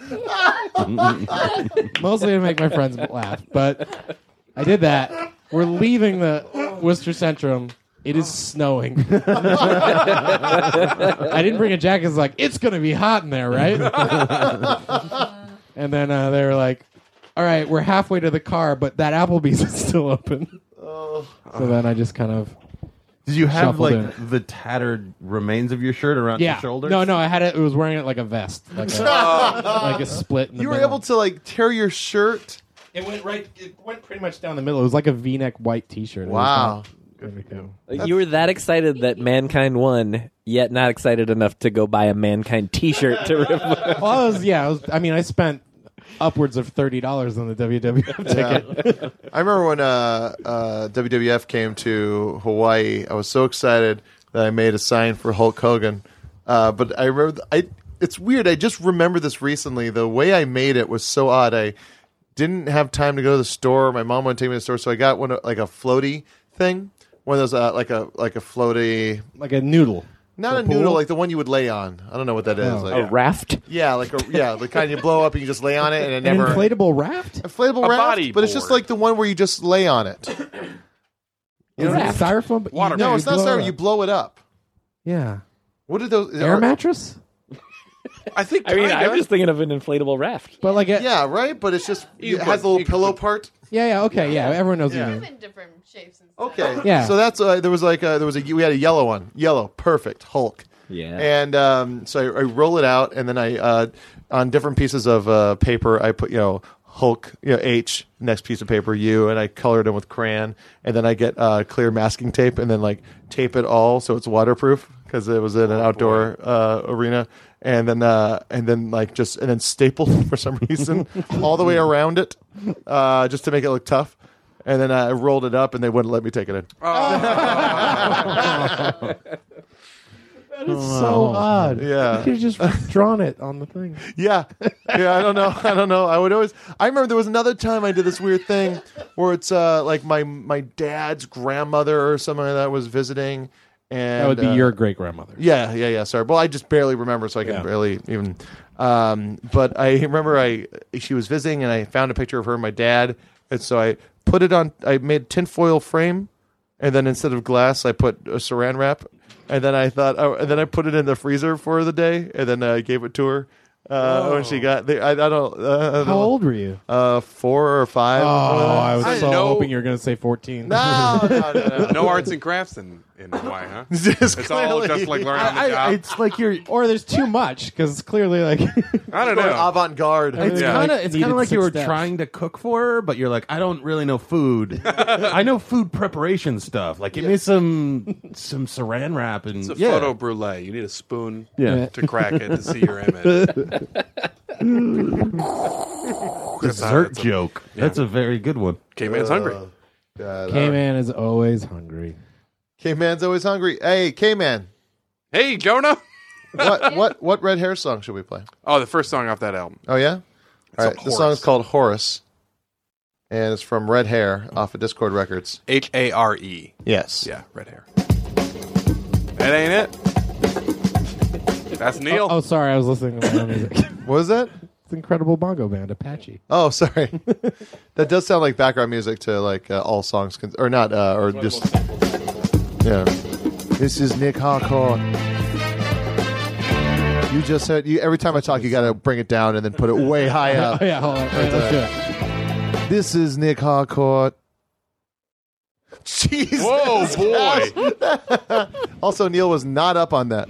C: Mostly to make my friends laugh, but I did that. We're leaving the Worcester Centrum. It is snowing. I didn't bring a jacket. It's like it's gonna be hot in there, right? and then uh, they were like, "All right, we're halfway to the car, but that Applebee's is still open." So then I just kind of
E: Did you have
C: shuffled
E: like
C: in.
E: the tattered remains of your shirt around
C: yeah
E: your shoulders?
C: No, no, I had it. It was wearing it like a vest, like a, like a split. In the
D: you were
C: middle.
D: able to like tear your shirt.
C: It went right. It went pretty much down the middle. It was like a V-neck white T-shirt. It was
D: Wow.
C: not- everything.
F: you were that excited that mankind won, yet not excited enough to go buy a mankind T-shirt to. Rip-
C: well, I was, yeah, I, was, I mean, I spent upwards of thirty dollars on the WWF ticket.
D: I remember when uh, uh, WWF came to Hawaii. I was so excited that I made a sign for Hulk Hogan. Uh, but I remember, I it's weird. I just remember this recently. The way I made it was so odd. I didn't have time to go to the store. My mom wouldn't take me to the store, so I got one of- like a floaty thing, one of those uh, like a like a floaty,
C: like a noodle.
D: Not
C: A
D: a noodle,
C: pool?
D: like the one you would lay on. I don't know what that is.
C: Oh.
D: Like,
C: A raft?
D: Yeah, like a yeah, the kind you blow up and you just lay on it and it
C: An
D: never
C: inflatable raft.
D: inflatable
C: A
D: raft,
C: body
D: but it's just
C: board.
D: like the one where you just lay on it.
C: You know, styrofoam. Water.
D: No, it's not styrofoam. You blow it up.
C: Yeah.
D: What are those? uh,
C: Air
D: are-
C: mattress.
D: I think.
F: I mean,
D: kinda.
F: I'm just thinking of an inflatable raft.
C: But like,
D: yeah, right. But it's just it has a little pillow part.
C: Yeah, yeah, okay, yeah. Everyone knows what you mean.
D: Okay.
C: Yeah.
D: So that's uh, there was like uh there was a we had a yellow one, yellow, perfect Hulk.
F: Yeah.
D: And um, so I, I roll it out, and then I uh, on different pieces of uh, paper I put you know Hulk, you know H next piece of paper U, and I colored them with crayon, and then I get uh, clear masking tape, and then like tape it all so it's waterproof because it was in an outdoor uh, arena. And then, uh, and then, like just, and then staple for some reason all the way around it, uh, just to make it look tough. And then I rolled it up, and they wouldn't let me take it in.
C: That is so odd.
D: Yeah.
C: You could have just drawn it on the thing.
D: Yeah. Yeah, I don't know. I don't know. I would always I remember there was another time I did this weird thing where it's uh like my my dad's grandmother or something like that was visiting and
C: That would be
D: uh,
C: your great grandmother.
D: Yeah, yeah, yeah, sorry. Well, I just barely remember so I can barely even um but I remember I she was visiting and I found a picture of her and my dad and so I put it on I made tinfoil frame and then instead of glass I put a saran wrap and then I thought oh, and then I put it in the freezer for the day and then I gave it to her uh, when she got there. I, I don't. Uh, I don't
C: Oh. How old were you?
D: Uh, four or
C: Oh,
D: five.
C: I was so
G: know-
C: hoping you were going to say 14.
D: No, no, no, no.
G: no arts and crafts in, in Hawaii, huh? it's all just like learning on the job.
C: it's like you're, or there's too much because it's clearly like
G: I don't know.
D: Avant garde.
E: It's kind of it's kind of like you were
C: trying.
E: trying to cook for her, but you're like, I don't really know food. I know food preparation stuff. Like, give me some some Saran wrap and
G: It's a
E: yeah.
G: photo brulee. You need a spoon
E: Yeah.
G: to crack it to see your image. That's not-
E: dessert
G: that's a-
E: joke.
G: yeah.
E: That's a very good one.
G: K-Man's hungry.
C: K-Man is always hungry.
D: K man's Uh, always hungry. Hey, K man.
G: Hey, Jonah.
D: what what what red hair song should we play?
G: Oh, the first song off that album.
D: Oh yeah. All right. The song's called Horace.
E: and it's from Red Hair off of Discord Records.
G: H A R E.
E: Yes.
G: Yeah, red hair. That ain't it. That's Neil.
C: Oh, oh, sorry, I was listening to my own music.
E: What is that?
C: It's an incredible bongo band, Apache.
E: Oh, sorry. that does sound like background music to like uh, all songs, con- or not, uh, or just. Yeah. This is Nick Harcourt. You just said you every time I talk, you got to bring it down and then put it way high up.
C: Oh, yeah, hold on.
E: Right
C: Let's do
E: there.
C: it.
E: This is Nick Harcourt. Jesus.
G: Whoa, boy.
E: Also, Neil was not up on that.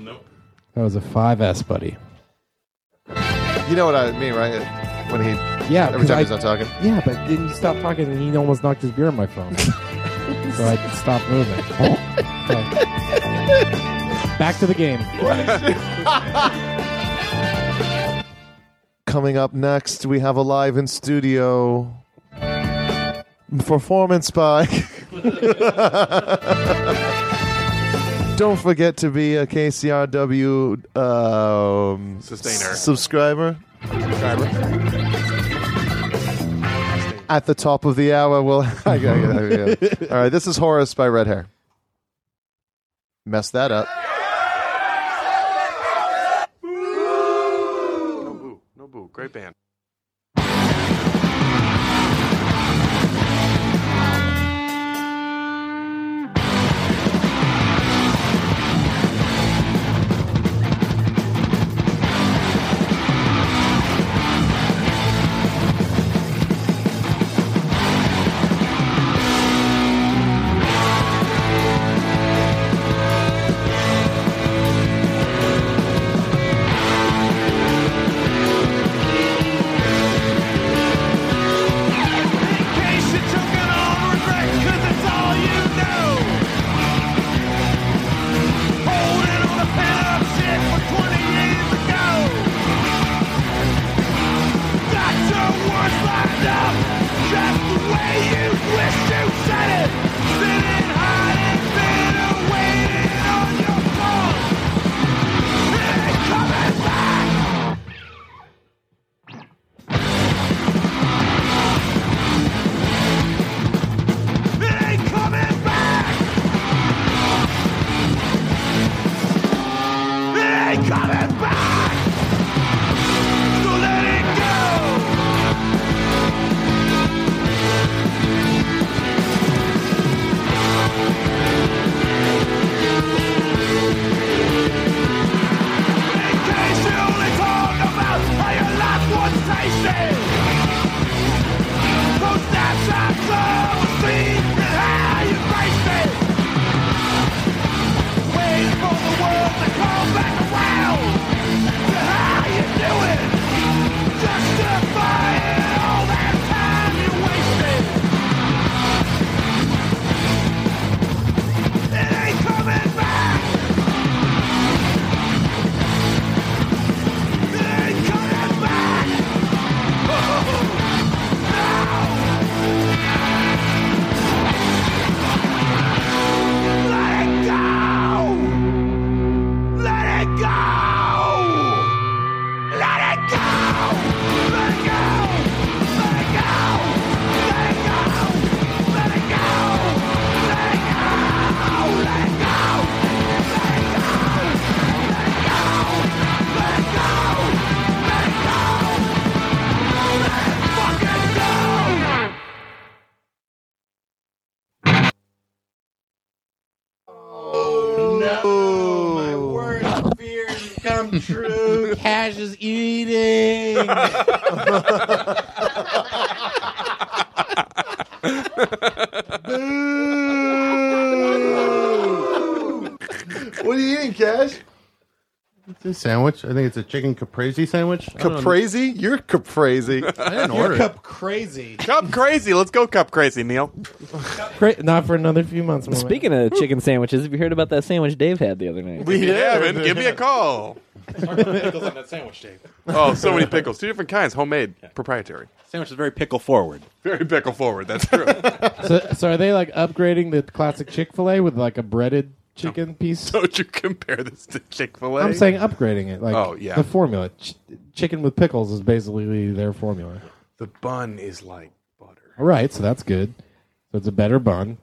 C: That was a 5S, buddy.
E: You know what I mean, right? When he,
C: Yeah,
E: every
C: 'cause
E: time
C: I-
E: he's not talking.
C: Yeah, but then you stopped talking and he almost knocked his beer on my phone. so I stopped moving. Okay. Back to the game.
E: Coming up next, we have a live in studio performance by. Don't forget to be a KCRW um,
G: Sustainer.
E: s- subscriber. At the top of the hour, we'll. I gotta get out of here. All right, this is Horace by Red Hair. Mess that up.
G: No boo. No boo. Great band.
A: Come true. Cash is eating.
E: What are you eating, Cash?
K: It's a sandwich. I think it's a chicken caprese sandwich. I don't know.
E: Caprezi? You're caprezi.
K: I didn't order it.
C: Crazy.
G: Cup crazy. Let's go, Cup crazy, Neil.
C: Cra- not for another few months. my man.
F: Speaking of chicken sandwiches, have you heard about that sandwich Dave had the other
G: If
F: night?
G: you haven't, give me a call.
A: Pickles on that sandwich, Dave.
G: Oh, so many pickles. Two different kinds, homemade, proprietary.
A: Sandwich is very pickle forward.
G: Very pickle forward. That's true.
C: so, so are they like upgrading the classic Chick Fil A with like a breaded chicken piece?
G: Don't you compare this to Chick Fil A?
C: I'm saying upgrading it. Like
G: Oh, yeah.
C: the formula. Ch- chicken with pickles is basically their formula.
G: the bun is like butter.
C: All right, so that's good. So it's a better bun,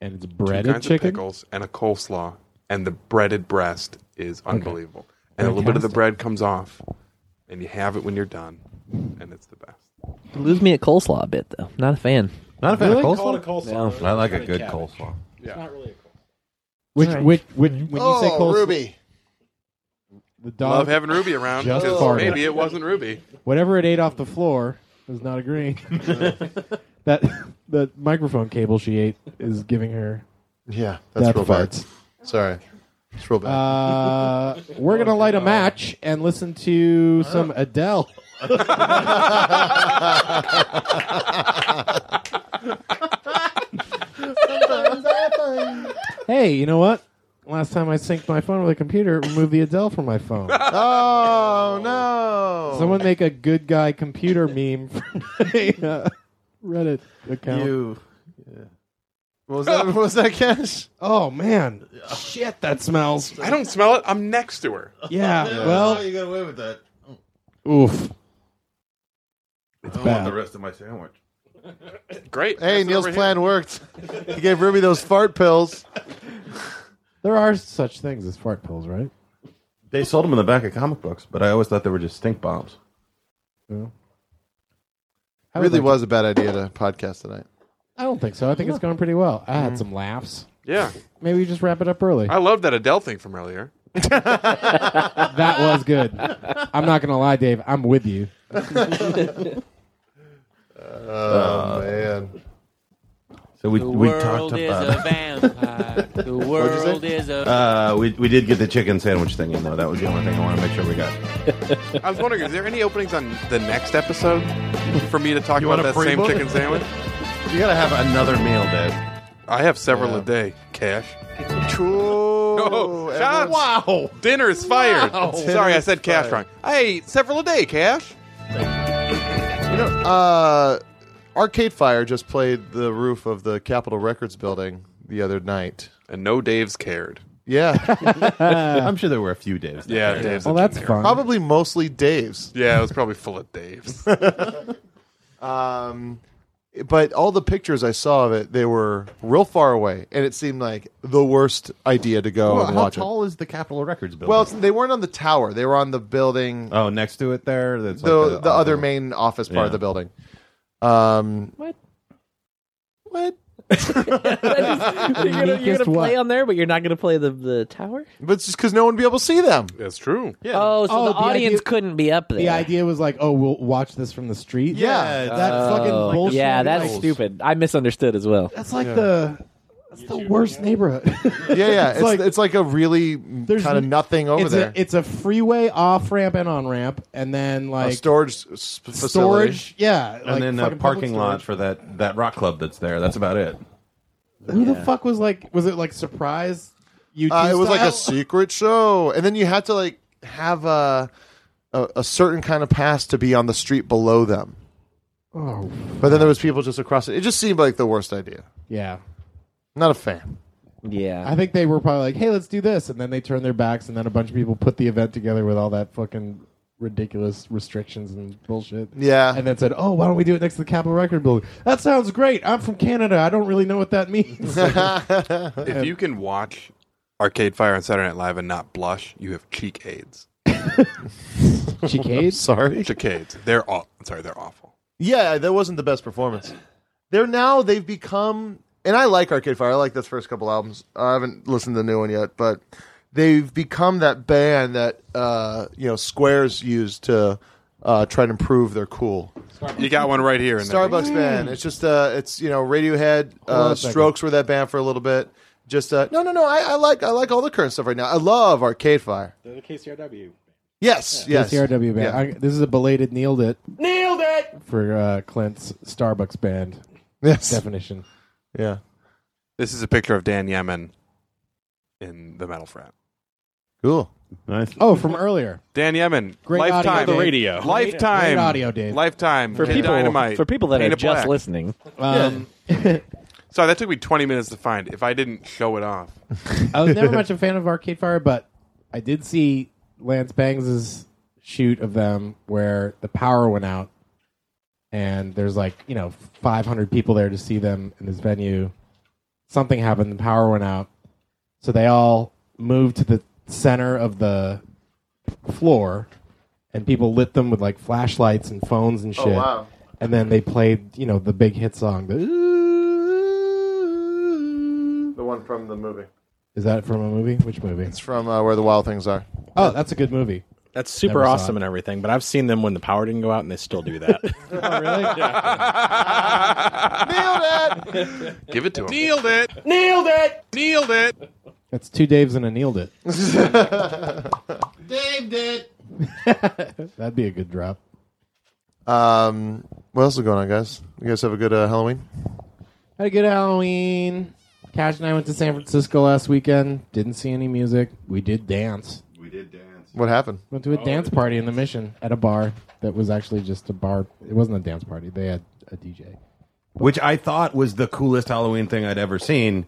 C: and it's
G: two
C: breaded
G: kinds
C: chicken.
G: of pickles and a coleslaw, and the breaded breast is unbelievable. And a little bit of the
C: Fantastic.
G: bread comes off, and you have it when you're done, and it's the best.
F: Lose me at coleslaw a bit though. Not a fan.
E: Not a
G: fan of Really?
E: Call it a coleslaw.
F: No.
E: I like a good coleslaw.
G: Yeah.
C: not really Which, which, which, when you say coleslaw, the dog
G: Oh, Love having Ruby around
C: just
G: because
C: farted.
G: maybe it wasn't Ruby.
C: Whatever it ate off the floor is not agreeing. that the microphone cable she ate is giving her.
D: Yeah, that's
C: death
D: real bad.
C: farts.
D: Sorry, it's real bad.
C: Uh, we're gonna light a match and listen to some Adele. hey, you know what? Last time I synced my phone with a computer, it removed the Adele from my phone.
D: oh no!
C: Someone make a good guy computer meme from a uh, Reddit account.
D: You. What was that? What was that, Cash?
C: Oh man, shit, that smells.
G: I don't smell it. I'm next to her.
C: Yeah, well,
J: you got away with that.
C: oof.
E: It's I
C: bad.
E: want the rest of my sandwich.
G: Great.
D: Hey,
G: That's
D: Neil's
G: over here.
D: plan worked. He gave Ruby those fart pills.
C: There are such things as fart pills, right?
E: They sold them in the back of comic books, but I always thought they were just stink bombs.
C: No. I would
D: Really
C: like
D: was a bad idea to podcast tonight.
C: to- I don't think so. I think it's going pretty well. I
D: Mm.
C: had some laughs.
G: Yeah.
C: Maybe we just wrap it up early.
G: I love that Adele thing from earlier.
C: that was good. I'm not going to lie, Dave. I'm with you.
D: Oh man!
E: Uh, So we we talked about.
L: vampire. The world is a
E: Uh, we we did get the chicken sandwich thing in though. That was the only thing I want to make sure we got.
G: I was wondering, is there any openings on the next episode for me to talk
E: You
G: about
E: want a
G: that same
E: pre-book?
G: chicken sandwich?
E: You gotta have another meal, Dave.
G: I have several a day, Cash. Oh, shots.
E: Wow.
G: Dinner is fired. Sorry, I said Cash wrong. I ate several a day, Cash.
D: You know, uh, Arcade Fire just played the roof of the Capitol Records building the other night.
G: And no Dave's cared.
D: Yeah,
E: Uh, I'm sure there were a few Daves.
G: Yeah, Dave's.
C: Well,
G: a
C: that's
G: generic.
C: fun.
D: probably mostly Dave's.
G: Yeah, it was probably full of Dave's.
D: Um, but all the pictures I saw of it, they were real far away, and it seemed like the worst idea to go
E: Well,
D: and
E: how
D: watch
E: tall is the Capitol Records
D: it.
E: building?
D: Well, it's- they weren't on the tower; they were on the building,
E: oh, next to it there. That's
D: the
E: like
D: the, other
E: awful-
D: main office part
E: Yeah.
D: of the building. Um,
F: What?
D: what?
F: you're gonna, you're
C: Meekest
F: gonna play
C: what?
F: on there, but you're not gonna play the, the tower?
D: But it's just because no one would be able to see them.
G: that's true.
E: Yeah.
F: Oh, so
C: Oh,
F: the,
C: the
F: audience
C: idea-
F: couldn't be up there.
C: The idea was like, oh, we'll watch this from the street.
D: Yeah,
E: it's-
C: That fucking
F: Oh,
C: bullshit.
F: Yeah, that's
C: Like,
F: stupid. I misunderstood as well.
C: That's like the that's the worst neighborhood.
D: Yeah, yeah. it's, it's like,
C: like-
D: a really kind of
C: n-
D: nothing over
C: it's
D: there.
C: A, it's a freeway off ramp and on ramp, and then
D: A
C: like
D: storage s- facility.
C: storage. Yeah,
E: And then a parking lot for that that rock club that's there. That's about it.
C: Who the fuck was like? Was it like surprise? You
D: Uh, it was like a
C: style?
D: secret show, and then you had to like have a, a a certain kind of pass to be on the street below them.
C: oh
D: But then there was people just across it. It just seemed like the worst idea.
C: yeah.
D: Not a fan.
F: Yeah.
C: I think they were probably like, "Hey, let's do this," and then they turned their backs, and then a bunch of people put the event together with all that fucking ridiculous restrictions and bullshit.
D: Yeah.
C: and then said, "Oh, why don't we do it next to the Capitol Record Building?" That sounds great. I'm from Canada. I don't really know what that means.
G: If you can watch Arcade Fire on Saturday Night Live and not blush, you have cheek aids.
C: Chicades.
D: Sorry.
G: Cheek aids. They're all. Sorry, they're awful.
D: Yeah, that wasn't the best performance. They're now they've become, and I like Arcade Fire. I like this first couple albums. I haven't listened to the new one yet, but they've become that band that uh, you know Squares used to uh, try to improve their cool.
G: You got one right here. In there.
D: Starbucks band. It's just uh, it's you know Radiohead,
C: Mm. on
D: uh,
C: a second.
D: Strokes were that band for a little bit. Just uh, no, no, no. I, I like I like all the current stuff right now. I love Arcade Fire.
I: The KCRW.
D: Yes, yes.
C: CRW band.
D: Yeah.
C: I- this is a belated nailed it. Nailed it for uh, Clint's Starbucks band
D: Yes.
C: definition.
D: Yeah.
G: This is a picture of Dan Yemen in the metal frat.
D: Cool.
E: Nice.
C: Oh, from earlier.
G: Dan Yemen,
C: Great audio,
G: lifetime,
C: Dave.
I: Radio.
G: lifetime,
C: Great audio, Dave.
G: lifetime
F: for
G: Kid
F: people
G: dynamite
F: for people that
G: Paint
F: are
G: it
F: just
G: black.
F: listening.
C: Um,
G: Sorry, that took me twenty minutes to find. If I didn't show it off,
C: I was never much a fan of Arcade Fire, but I did see Lance Bangs' shoot of them where the power went out and there's like you know 500 people there to see them in this venue. Something happened. The power went out, so they all moved to the center of the floor, and people lit them with like flashlights and phones and
D: Oh,
C: shit.
D: wow.
C: And then they played you know the big hit song. The,
D: The one from the movie.
C: is that from a movie? Which movie?
D: It's from uh, Where the Wild Things Are.
C: Oh, that's a good movie.
I: That's super
C: Never saw
I: awesome
C: it.
I: and everything, but I've seen them when the power didn't go out and they still do that.
A: Oh,
G: Give it to him.
A: Nailed it! Nailed it! Nailed it!
C: That's two Daves and a Neiled it.
A: Dave did.
C: That'd be a good drop.
D: Um, what else is going on, guys? You guys have a good uh, Halloween?
C: Had a good Halloween. Cash and I went to San Francisco last weekend. Didn't see any music. We did dance.
D: We did dance. What happened?
C: Went to a dance party in the Mission at a bar that was actually just a bar. It wasn't a dance party. They had a DJ.
E: which I thought was the coolest Halloween thing I'd ever seen.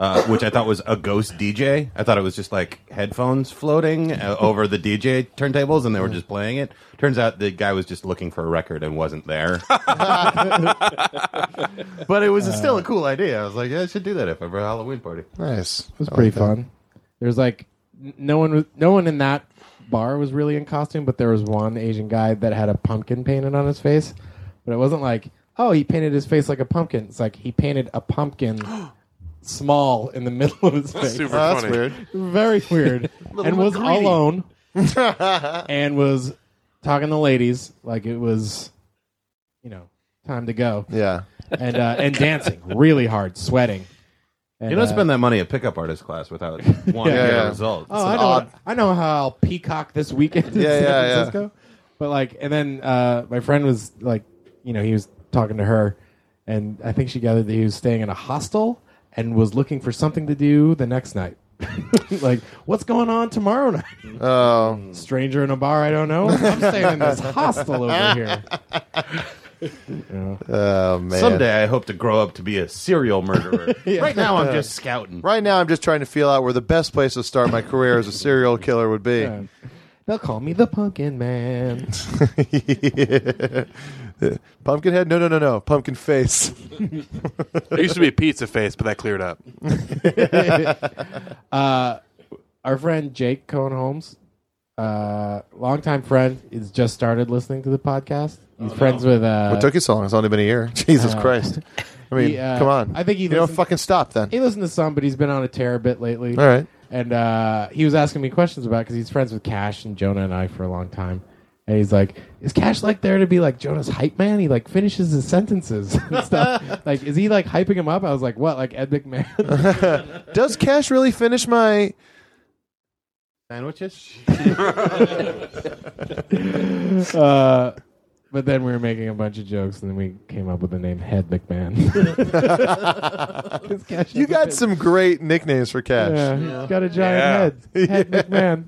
E: Uh, which I thought was a ghost DJ. I thought it was just like headphones floating uh, over the DJ turntables, and they were just playing it. Turns out the guy was just looking for a record and wasn't there. but it was still a cool idea. I was like, yeah, I should do that if ever a Halloween party.
D: Nice. It
C: was pretty fun. There's like n- no one was no one in that bar was really in costume, but there was one Asian guy that had a pumpkin painted on his face. But it wasn't like, oh, he painted his face like a pumpkin. It's like he painted a pumpkin small in the middle of his face.
D: Super Oh, that's funny. weird.
C: Very weird.
D: Little
C: and was
D: McGreedy.
C: alone and was talking to ladies like it was you know, time to go.
D: Yeah.
C: And uh, and dancing really hard, sweating.
E: you don't
C: uh,
E: spend that money at pickup artist class without wanting to get a result.
C: Oh, I know, I know how I'll peacock this weekend in
E: Yeah,
C: San
E: yeah, yeah.
C: Francisco. But like, and then uh, my friend was like, you know, he was talking to her, and I think she gathered that he was staying in a hostel and was looking for something to do the next night. like, what's going on tomorrow night?
D: Oh,
C: stranger in a bar I don't know. I'm staying in this hostel over here.
D: Oh man.
E: Someday I hope to grow up to be a serial murderer. Right now I'm just scouting.
D: Right now I'm just trying to feel out where the best place to start my career as a serial killer would be.
C: They'll call me the Pumpkin Man.
D: Pumpkin head? No, no, no, no. Pumpkin face.
G: There used to be a pizza face, but that cleared up.
C: uh, our friend Jake Cohen Holmes, uh, longtime friend, is just started listening to the podcast. He's friends with. Uh,
D: what took you so long? It's only been a year. Jesus
C: uh,
D: Christ. I mean,
C: he, uh,
D: come on.
C: I think he
D: you don't
C: listened-
D: fucking stop then.
C: He listened to some, but he's been on a tear a bit lately.
D: All right.
C: And uh, he was asking me questions about because he's friends with Cash and Jonah and I for a long time. And he's like, "Is Cash like there to be like Jonah's hype man? He like finishes his sentences and stuff. like, is he like hyping him up?" I was like, "What? Like Ed McMahon?"
D: Does Cash really finish my
E: Sandwiches?
C: uh, but then we were making a bunch of jokes, and then we came up with the name Head McMahon.
D: you got some great nicknames for Cash.
C: Yeah, he's got a giant head. Head McMahon.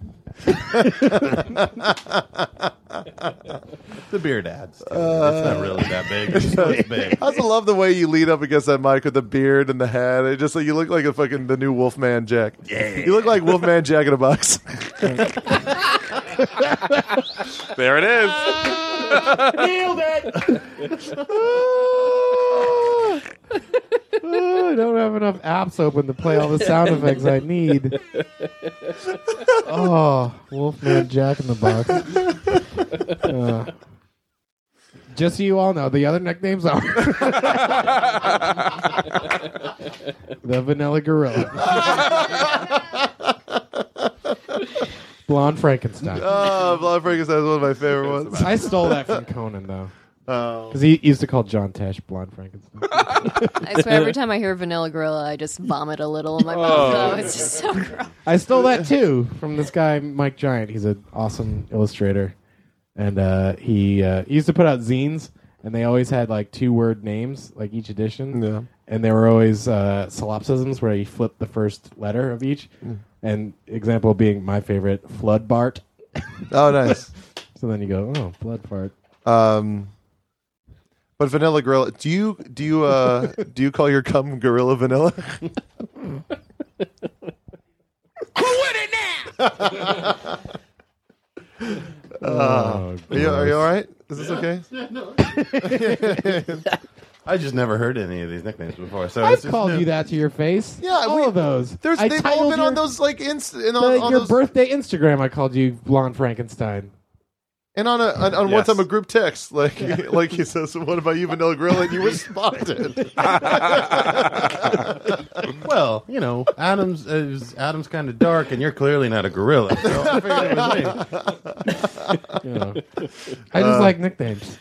E: The beard adds. to it. it's not really that big. It's not as big.
D: I also love the way you lead up against that mic with the beard and the hat. It just like you look like a fucking the new Wolfman Jack.
G: Yeah.
D: You look like Wolfman Jack in a box.
G: There it is.
A: Nailed
C: it! Oh, I don't have enough apps open to play all the sound effects I need. Oh, Wolfman Jack in the Box. Uh, just so you all know, the other nicknames are the Vanilla Gorilla, Blonde Frankenstein.
D: oh, Blood Frankenstein is one of my favorite ones.
C: I stole that from Conan though,
D: Oh.
C: because he used to call John Tesh Blonde Frankenstein.
H: I swear, every time I hear Vanilla Gorilla, I just vomit a little in my mouth.
D: Oh.
H: though. It's just so gross.
C: I stole that too from this guy Mike Giant. He's an awesome illustrator, and uh, he, uh, he used to put out zines, and they always had like two word names, like each edition.
D: Yeah.
C: And they were always uh, solipsisms where he flipped the first letter of each.
D: Mm.
C: And example being my favorite, Flood Bart.
D: Oh, nice.
C: so then you go, oh, Flood Bart.
D: Um, but Vanilla Gorilla, do you do you uh do you call your cum Gorilla Vanilla?
A: it!
D: Uh, are you are you all right? Is this
E: Yeah.
D: okay?
E: Yeah, no. I just never heard any of these nicknames before. So
C: I've
E: it's just
C: called
E: new.
C: you that to your face.
D: Yeah,
C: all
D: we-
C: of those.
D: There's,
C: I
D: they've all
C: titled
D: been
C: your,
D: on those like inst- and on,
C: like,
D: on
C: your
D: those,
C: birthday Instagram. I called you Blonde Frankenstein.
D: and on a on, on one
C: Yes.
D: time a group text like like he says, "What about you, Vanilla Gorilla?" And you responded.
E: well, you know, Adam's uh, is- Adam's kind of dark, and you're clearly not a gorilla. So I figured it was me.
C: You know. I just
E: Uh,
C: like nicknames.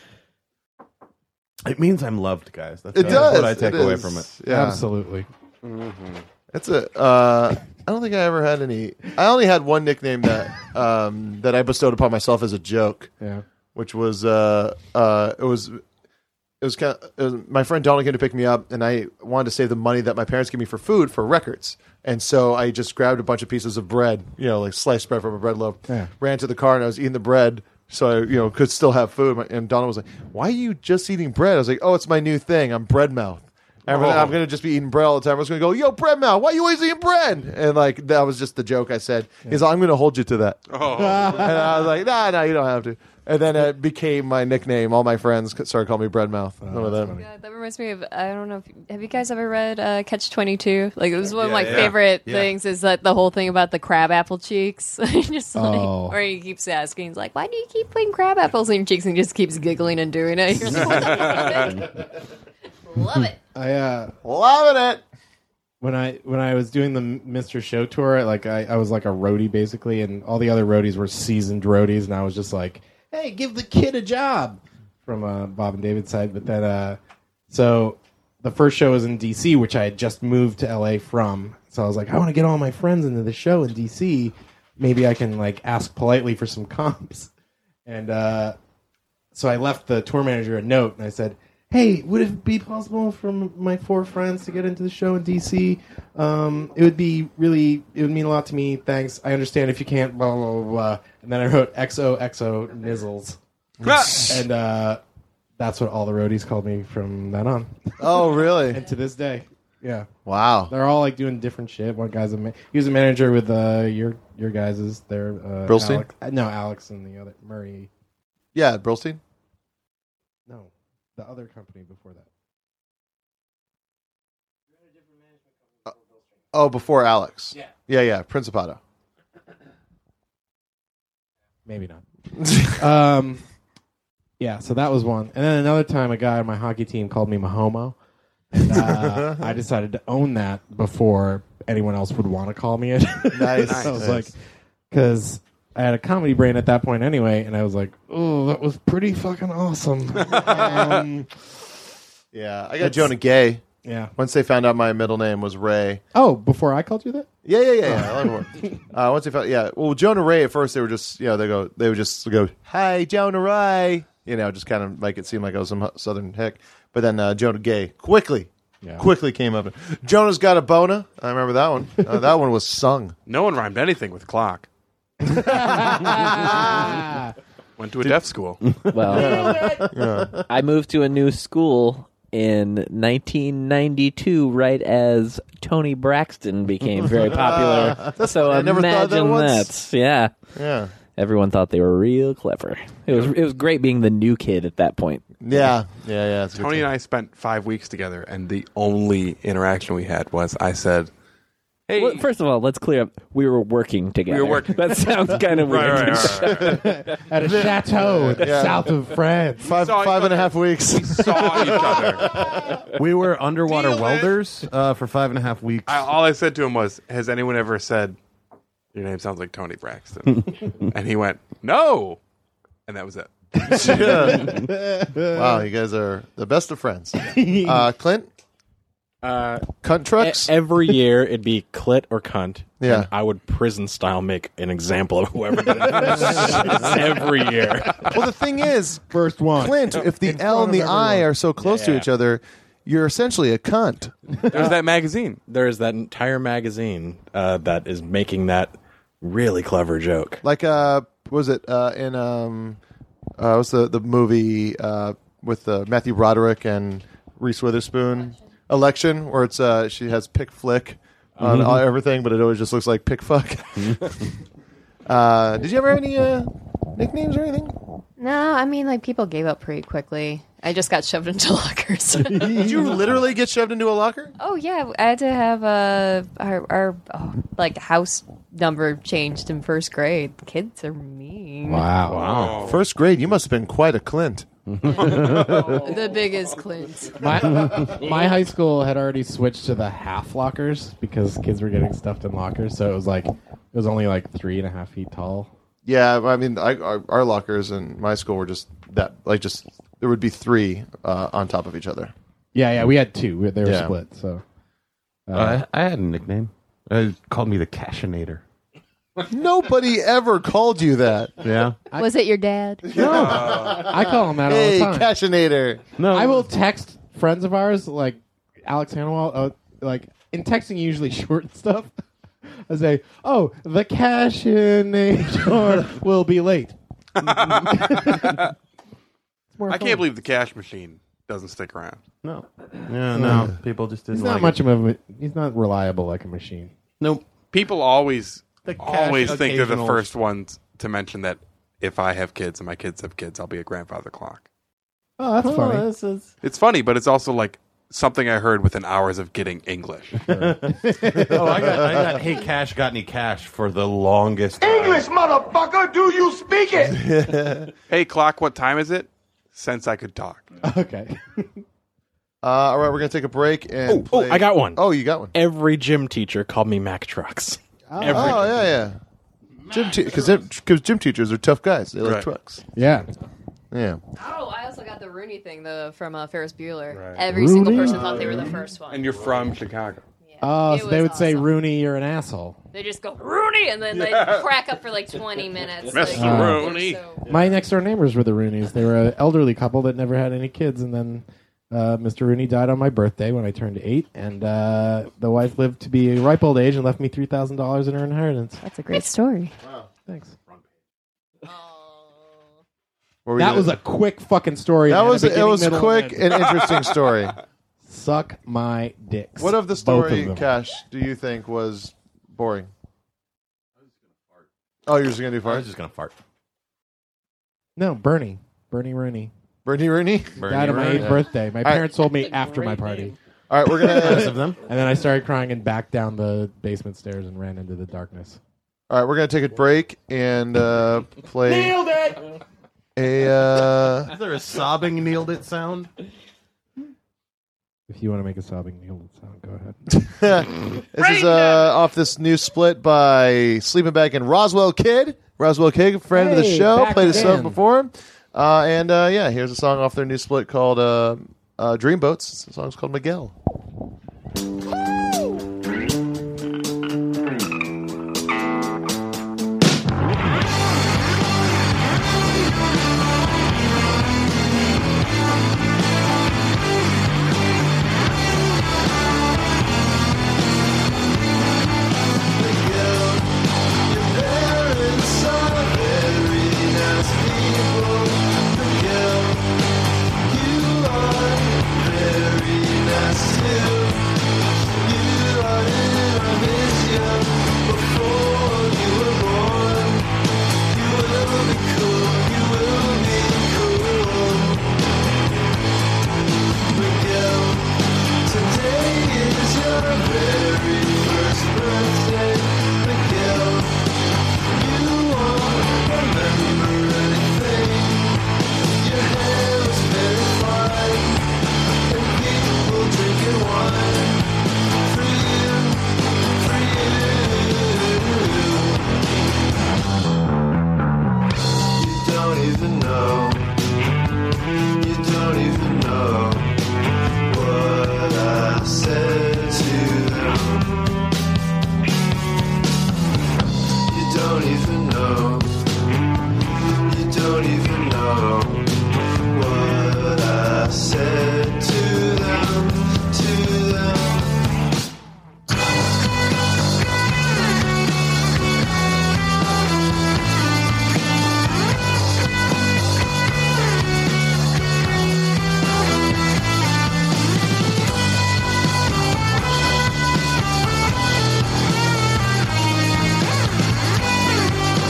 E: It means I'm loved, guys. That's
D: It
E: that's what
D: does.
E: I take
D: It
E: away
D: is.
E: from it.
D: Yeah.
C: Absolutely.
D: That's a. Uh, I don't think I ever had any. I only had one nickname that um, that I bestowed upon myself as a joke.
C: Yeah.
D: Which was uh, uh, it was it was kind of it was, my friend Donald came to pick me up, and I wanted to save the money that my parents gave me for food for records, and so I just grabbed a bunch of pieces of bread, you know, like sliced bread from a bread loaf,
C: Yeah.
D: ran to the car, and I was eating the bread. So I, you know, could still have food. My- And Donald was like, "Why are you just eating bread?" I was like, "Oh, it's my new thing. I'm bread mouth. I'm, gonna,
J: Oh.
D: I'm gonna just be eating bread all the time. I was gonna go, yo, bread mouth. Why you always eating bread?" And like that was just the joke I said. He's, like, "I'm gonna hold you to that."
G: Oh.
D: and I was like, "Nah, nah, you don't have to." And then it became my nickname. All my friends started calling me bread mouth.
J: Oh,
D: Remember that?
H: Yeah, that reminds me of I don't know. If, have you guys ever read uh, Catch Twenty Two? Like it was one of
D: Yeah,
H: my
D: yeah.
H: favorite
D: Yeah.
H: things. Is that the whole thing about the crab apple cheeks? just like,
D: Oh.
H: where he keeps asking, he's like, "Why do you keep putting crab apples in your cheeks?" And he just keeps giggling and doing it. You're like, "What the fuck?" Love it.
C: I uh,
D: loving it.
C: When I when I was doing the Mr. Show tour, like I, I was like a roadie basically, and all the other roadies were seasoned roadies, and I was just like Hey, give the kid a job. from uh, Bob and David's side. But then, uh, so the first show was in DC, which I had just moved to LA from. So I was like, I want to get all my friends into the show in DC. Maybe I can like ask politely for some comps. And uh, so I left the tour manager a note and I said, Hey, would it be possible for m- my four friends to get into the show in DC? Um, it would be really, it would mean a lot to me. Thanks. I understand if you can't, blah, blah, blah, blah. And then I wrote XOXO Nizzles. and uh, that's what all the roadies called me from then on.
D: Oh, really?
C: and to this day. Yeah.
D: Wow.
C: They're all like doing different shit. One guy's a ma- he was a manager with uh, your your guys's there. Uh,
D: Brillstein?
C: Alex- uh, no, Alex and the other Murray.
D: Yeah, Brillstein.
C: No, the other company before that.
D: Oh, before Alex.
C: Yeah.
D: Yeah, yeah. Principato.
C: Maybe not. um, yeah. So that was one. And then another time, a guy on my hockey team called me Mahomo. And, uh, I decided to own that before anyone else would want to call me it.
D: Nice.
C: I
D: Nice.
C: was like, because I had a comedy brain at that point anyway, and I was like, oh, that was pretty fucking awesome. um,
D: Yeah, I got
C: That's-
D: Jonah Gay.
C: Yeah.
D: Once they found out my middle name was Ray.
C: oh, before I called you that?
D: Yeah, yeah, yeah. yeah. I like it. uh, once they found, yeah. Well, Jonah Ray at first they were just, you know, they go, they would just go, "Hey, Jonah Ray," you know, just kind of make it seem like I was some southern hick. But then uh, Jonah Gay quickly, quickly came up. Jonah's got a bona. I remember that one. Uh, that one was sung.
G: No one rhymed anything with clock. Went to a deaf school.
F: Well, I moved to a new school in 1992, right as Tony Braxton became very popular.
D: Ah, That's
F: so
D: funny. I
F: imagine
D: never thought of that once.
F: that. Yeah,
D: Yeah.
F: Everyone thought they were real clever. It was it was great being the new kid at that point.
D: Yeah, yeah, yeah.
G: Tony and I spent five weeks together, and the only interaction we had was I said, Hey.
F: Well, first of all, let's clear up. We were working together.
G: were working-
F: That sounds kind of
G: Right,
F: weird.
G: right, right, right,
C: At a chateau in the
D: Yeah.
C: south of France.
D: Five, five and a half weeks. We
G: saw each other.
E: We were underwater
G: Deal with-
E: welders uh, for five and a half weeks.
G: I, all I said to him was, "Has anyone ever said your name sounds like Tony Braxton?" and he went, "No," and that was it.
D: wow, you guys are the best of friends. Uh, Clint,
I: Uh,
D: cunt trucks.
I: E- every year it'd be clit or cunt.
D: Yeah.
I: and I would prison style make an example of whoever did it every year.
D: well, the thing is,
C: first one,
D: Clint. If the L and the I are so close to
I: Yeah.
D: each other, you're essentially a cunt.
G: There's that magazine.
I: There is that entire magazine uh, that is making that really clever joke.
D: Like, uh, what was it uh, in um, uh, what's the the movie uh, with uh, Matthew Broderick and Reese Witherspoon election, where it's uh, she has pick flick on
J: Mm-hmm.
I: Mhm.
D: all- everything, but it always just looks like pick fuck. uh, did you ever have any uh, nicknames or anything?
H: No, I mean like people gave up pretty quickly. I just got shoved into lockers.
J: Did you literally get shoved into a locker?
H: Oh yeah, I had to have uh, our our oh, like house number changed in first grade. Kids are mean.
J: Wow. First grade, you must have been quite a Clint.
H: the biggest Clint.
C: My, my high school had already switched to the half lockers because kids were getting stuffed in lockers. So it was like, it was only like three and a half feet tall.
J: Yeah, I mean, I, our, our lockers in my school were just that, like, just there would be three uh, on top of each other.
C: Yeah, yeah, we had two. We- They were
J: Yeah.
C: split. So
E: Uh, I had a nickname. Uh, called me the Cashinator.
J: Nobody ever called you that.
E: Yeah.
H: Was it your dad?
C: I call him that all the
J: Hey,
C: time.
J: Cashinator.
E: No,
C: I will text friends of ours like Alex Hanwell, uh, like in texting usually short stuff. I say, "Oh, the cash in HR will be late."
G: I can't believe the cash machine doesn't stick around.
E: No. Yeah, no. People just didn't
C: He's not
E: like
C: much
E: it.
C: of a. He's not reliable like a machine.
E: Nope.
G: People always
E: The cash
G: always think they're the
E: occasionals.
G: first ones to mention that if I have kids and my kids have kids, I'll be a grandfather clock.
C: Oh, that's funny.
G: It's funny, but it's also like something I heard within hours of getting English.
E: oh, I got, I got. Hey, Cash, got any cash for the longest?
A: English, motherfucker, do you speak it?
G: hey, clock, what time is it? Since I could talk.
C: Okay.
J: Uh, all right, we're gonna take a break and.
I: Oh, oh,
J: play-
I: I got one.
J: Oh, you got one.
I: Every gym teacher called me Mac Trucks.
J: Oh,
I: Every
J: oh, yeah, yeah. Gym because because gym teachers are tough guys. They like
I: Right.
J: trucks.
C: Yeah.
J: Yeah.
H: Oh, I also got the Rooney thing though from uh, Ferris Bueller. Every single
C: Rooney?
H: person thought they were the first one.
G: And you're from Chicago.
C: Oh,
H: It
C: so they
H: was
C: would say, "Rooney, you're an asshole."
H: They just go Rooney, and then they crack up for like twenty minutes.
G: Mr.
H: Like,
C: Oh.
G: Rooney.
C: My next door neighbors were the Rooneys. They were an elderly couple that never had any kids, and then uh, Mr. Rooney died on my birthday when I turned eight, and uh, the wife lived to be a ripe old age and left me three thousand dollars in her inheritance.
H: That's a great story.
C: Thanks.
J: Were we
C: That
J: gonna-
C: was a quick fucking story.
J: That
C: man.
J: was
C: A
J: it.
C: beginning,
J: Was
C: middle,
J: quick
C: end.
J: and interesting story.
C: Suck my dicks.
J: What of the
C: Both
J: story,
C: them.
J: Cash? Do you think was boring? Oh, you're just gonna do
E: I
J: fart.
E: was just gonna fart.
C: No, Bernie. Bernie Rooney.
J: Bernie Rooney.
E: Bernie
C: died on my
E: Rooney.
C: eighth birthday. My
J: All right.
C: parents told me after my party.
J: All right, we're
E: Most
J: gonna
E: of them.
C: And then I started crying and backed down the basement stairs and ran into the darkness.
J: all right, we're gonna take a break and uh, play
C: it!
J: a. Uh,
E: Is there a sobbing kneeled it sound?
C: If you want to make a sobbing Neil sound, go ahead.
J: this is uh, off this new split by Sleeping Back and Roswell Kid. Roswell Kid, friend of the
C: Hey,
J: show,
C: back
J: played his song
C: again.
J: before. Uh, and uh, yeah, here's a song off their new split called uh, uh, Dreamboats. The song's called Miguel.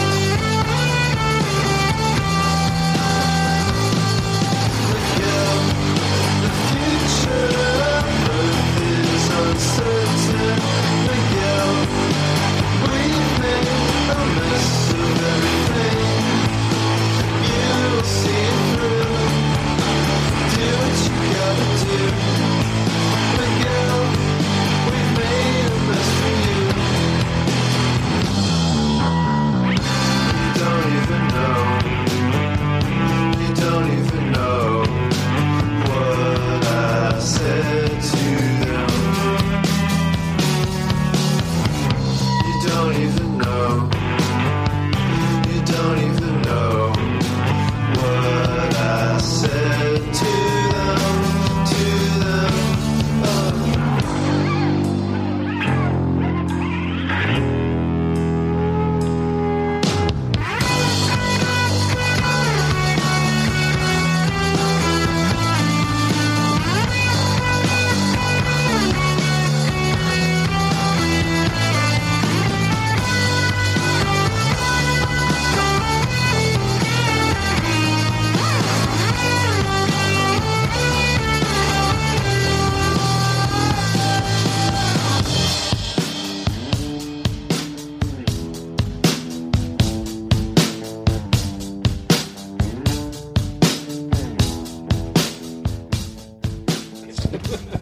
A: Miguel,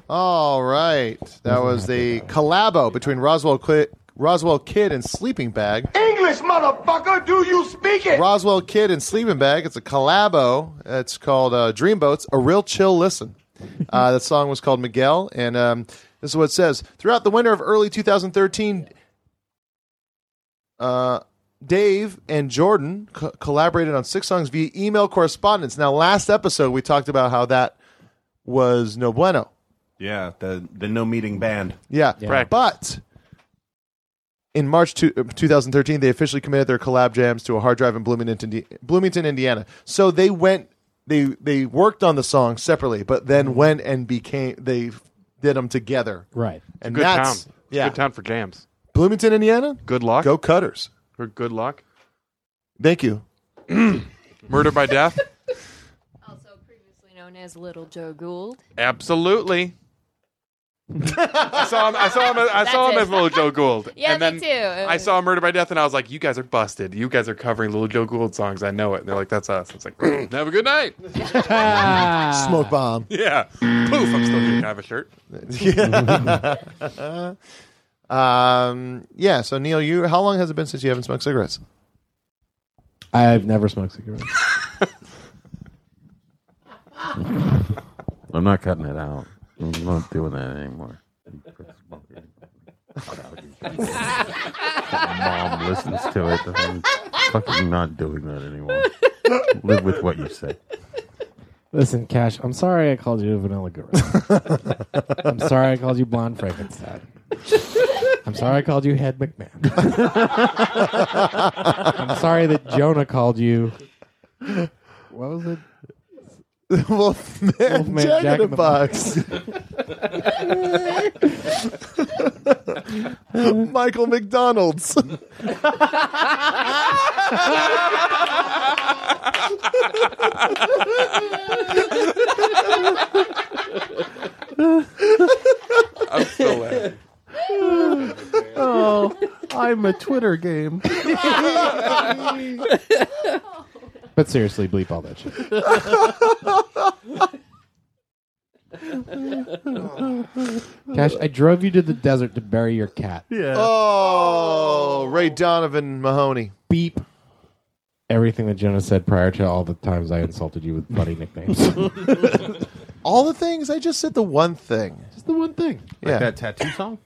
D: All right. That was the collabo between Roswell Kid, Roswell Kid and Sleeping Bag.
A: English, motherfucker, do you speak it?
D: Roswell Kid and Sleeping Bag. It's a collabo. It's called uh, Dreamboats, a real chill listen. Uh, that song was called Miguel. And um, this is what it says Throughout the winter of early 2013, uh, Dave and Jordan co- collaborated on six songs via email correspondence. Now, last episode, we talked about how that was no bueno.
E: Yeah, the the no meeting band.
D: Yeah,
E: Practice.
D: but in March two, uh, 2013, they officially committed their collab jams to a hard drive in Bloomington, Indi- Bloomington, Indiana. So they went, they they worked on the song separately, but
G: Mm-hmm.
D: then went and became they did them together.
C: Right,
D: and
G: good town. It's
D: that's
G: a
D: yeah,
G: good town for jams.
D: Bloomington, Indiana.
G: Good luck.
D: Go Cutters.
G: Or good luck.
D: Thank you.
G: Murder by death.
H: known as Little Joe Gould.
G: Absolutely. I saw him. I saw him. I saw him
H: That's
G: as Little Joe Gould.
H: Yeah,
G: and then
H: me too. It
G: I
H: was-
G: saw Murder by Death, and I was like, "You guys are busted. You guys are covering Little Joe Gould songs. I know it." And they're like, "That's us." It's like, "Have a good night."
D: Smoke bomb.
G: Yeah. Poof. I'm still here. Can I have a shirt?
D: Yeah. um. Yeah. So Neil, you how long has it been since you haven't smoked cigarettes?
C: I've never smoked cigarettes.
E: I'm not cutting it out. I'm not doing that anymore. My mom listens to it. I'm fucking not doing that anymore. Live with what you say.
C: Listen, Cash, I'm sorry I called you Vanilla Gorilla. I'm sorry I called you Blonde Frankenstein. I'm sorry I called you Head McMahon. I'm sorry that Jonah called you. What was it?
D: Wolfman,
C: Wolfman
D: Jack,
C: Jack
D: in
C: in
D: the
C: the
D: Box. Michael McDonald's.
A: I'm
G: still
A: oh,
E: I'm a Twitter game.
C: But seriously, bleep all that shit. Cash, I drove you to the desert to bury your cat.
D: yeah. Oh, Ray Donovan Mahoney.
C: Beep. Everything that Jonah said prior to all the times I insulted you with funny nicknames.
D: All the things. I just said the one thing.
C: Just the one thing.
D: yeah.
E: that tattoo song?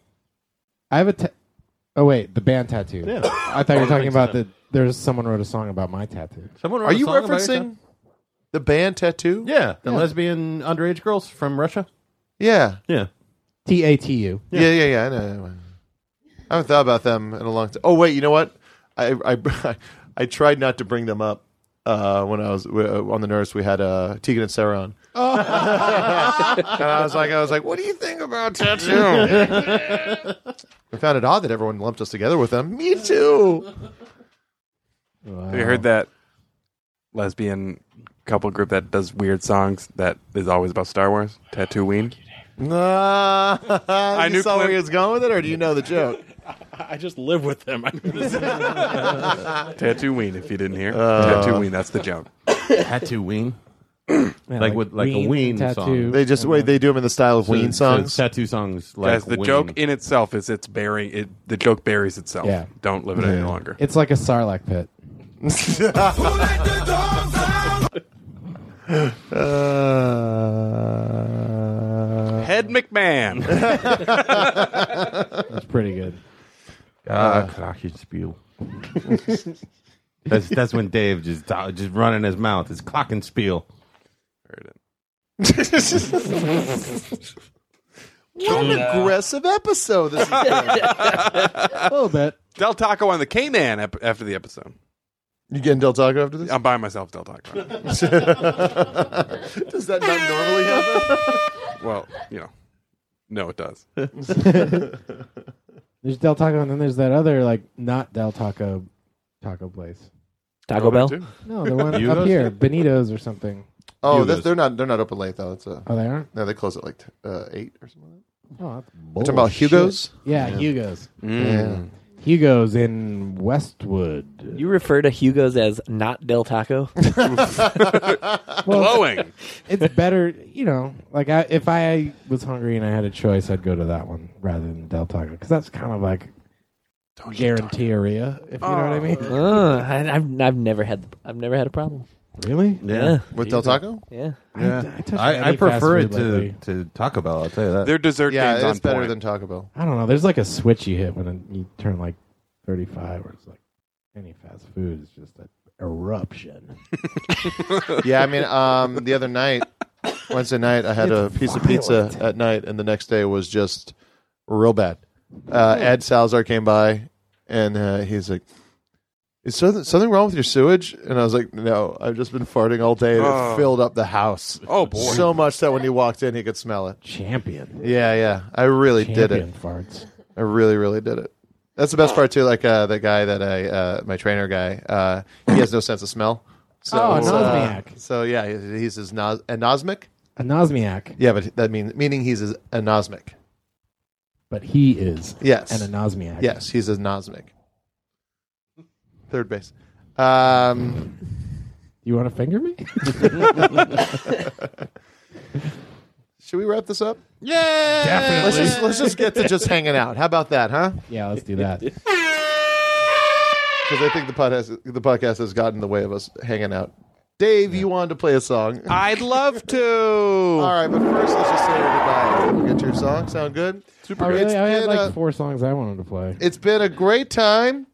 C: I have a. Ta- oh wait, the band tattoo.
E: Yeah.
C: I thought you were talking about the. There's someone wrote a song about my tattoo.
E: Someone wrote
D: Are
E: a
D: you
E: song about your
D: referencing the band tattoo?
E: Yeah, the
D: Yeah.
E: lesbian underage girls from Russia.
D: Yeah.
E: Yeah.
C: T A T U.
D: Yeah, yeah, yeah. I know. I haven't thought about them in a long time. Oh wait, you know what? I I I tried not to bring them up uh, when I was uh, on the nurse. We had uh, Tegan and Sarah on. and I was like, I was like, what do you think about tattoo? I found it odd that everyone lumped us together with them. Me too.
G: Have you heard
D: Uh-huh.
G: that lesbian couple group that does weird songs that is always about Star Wars?
D: Oh,
G: Tatooine.
D: I
G: knew
D: saw where
G: Clint-
D: he was going with it, or do you know the joke?
I: I just live with them.
G: Tatooine. If you didn't hear,
D: Uh.
G: Tatooine. That's the joke.
E: Tatooine. like, with like a ween song.
D: They just wait. They do them in the style of
E: So-
D: Ween
E: so
D: songs.
E: tattoo songs like
G: Guys, the
E: Ween.
G: joke in itself is it's burying it. The joke buries itself.
C: Yeah.
G: Don't live it any longer.
C: It's like a sarlacc pit.
D: uh,
G: Head McMahon.
C: That's pretty good.
E: Ah, Glockenspiel. that's that's when Dave just just running his mouth. It's Glockenspiel.
D: What an aggressive episode this has been.
G: A
C: little bit.
G: Del Taco on the K Man ep- after the episode.
D: You getting Del Taco after this?
G: I'm by myself, Del Taco.
D: Does that not normally happen?
G: well, you know, no, it does.
C: There's Del Taco, and then there's that other like not Del Taco taco place.
F: Taco Bell?
C: No, the one up here, Benito's or something.
D: Oh, this, they're not. They're not open late though. It's a,
C: Oh, they aren't?
D: No, they close at like t- uh, eight or something.
C: Oh, that's
D: We're talking about
C: bullshit.
D: Hugo's.
C: Yeah, Hugo's.
D: Yeah.
C: Hugo's in Westwood.
F: You refer to Hugo's as not Del Taco?
C: Glowing. It's better, you know. Like I, if I was hungry and I had a choice, I'd go to that one rather than Del Taco because that's kind of like guaranteeria, if you know what I mean.
F: Oh, I, have I've never had I've never had a problem.
C: Really?
F: Yeah.
A: With Del Taco?
F: Yeah.
C: Yeah. I touch
E: I, I
C: any fast
E: prefer it
C: food
E: to,
C: lately.
E: to Taco Bell. I'll tell you that.
G: Their dessert
A: Yeah,
G: game's
A: it's
G: on
A: better
G: point.
A: than Taco Bell.
C: I don't know. There's like a switch you hit when you turn like 35, where it's like any fast food is just an eruption.
D: yeah, I mean, um, the other night, Wednesday night, I had a piece of pizza at night, and the next day was just real bad. Uh,
F: Hmm.
D: Ed Salazar came by, and uh, he's like, "Is something, something wrong with your sewage?" And I was like, "No, I've just been farting all day, and
A: Oh.
D: it filled up the house.
A: Oh, boy.
D: so much that when he walked in, he could smell it.
C: Champion.
D: Yeah, yeah, I really did
C: Champion
D: it.
C: farts.
D: I really, really did it. That's the best part too. Like uh, the guy that I, uh, my trainer guy, uh, he has no sense of smell. So,
C: Oh, an
D: uh,
C: osmiac.
D: so yeah, he's, he's his nos- anosmic.
C: Anosmiac.
D: Yeah, but that means meaning he's his anosmic.
C: But he is
D: Yes,
C: an anosmiac.
D: Yes, he's anosmic. Third base. Um,
C: You want to finger me?
D: Should we wrap this up?
C: Yeah, Definitely.
D: Let's just let's just get to just hanging out. How about that, huh?
C: Yeah, let's do that.
D: Because I think the podcast the podcast has gotten in the way of us hanging out. Dave, you wanted to play a song.
G: I'd love to. All
D: right, but first let's just say goodbye. We'll get to your song. Sound good? uh,
C: Oh,
D: It's
C: really? I had
D: been
C: like
D: a-
C: four songs I wanted to play.
D: It's been a great time.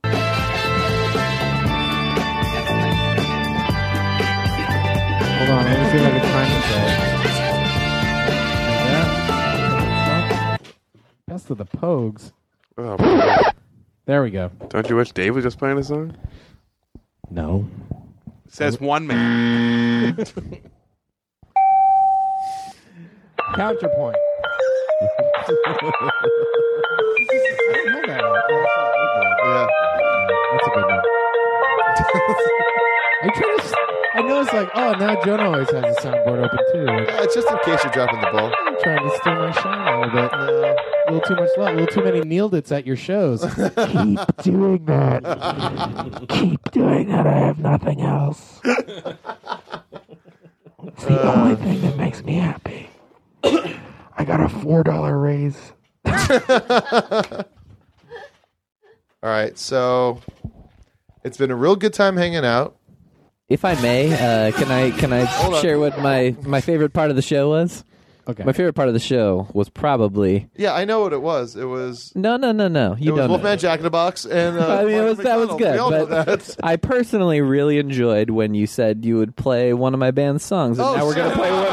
C: Hold on, let me see if I can find it. though. Yeah. Best of the Pogues. There we go.
G: Don't you wish Dave was just playing a song?
C: No.
G: Says one man.
C: Counterpoint.
D: Yeah.
C: That's a good one. I'm trying to. s- I know it's like, oh, now Jonah always has a soundboard open too. Like,
D: Uh, just in case you're dropping the ball.
C: I'm trying to steal my shine a little bit. A little too much love. A little too many kneel dits at your shows. Keep doing that. Keep doing that. I have nothing else. It's the only thing that makes me happy. I got a four dollar raise.
D: All right, so it's been a real good time hanging out.
F: If I may, uh, can I can I
D: on.
F: share what my my favorite part of the show was?
C: Okay.
F: My favorite part of the show was probably
D: Yeah, I know what it was. It was
F: no no no no you
D: it was
F: don't. know.
D: Wolfman Jack in the Box, and uh,
F: I mean, it was,
D: Michael
F: that was
D: McDonald.
F: good.
D: We all know
F: But
D: that.
F: I personally really enjoyed when you said you would play one of my band's songs, and
D: Oh,
F: now we're gonna play one.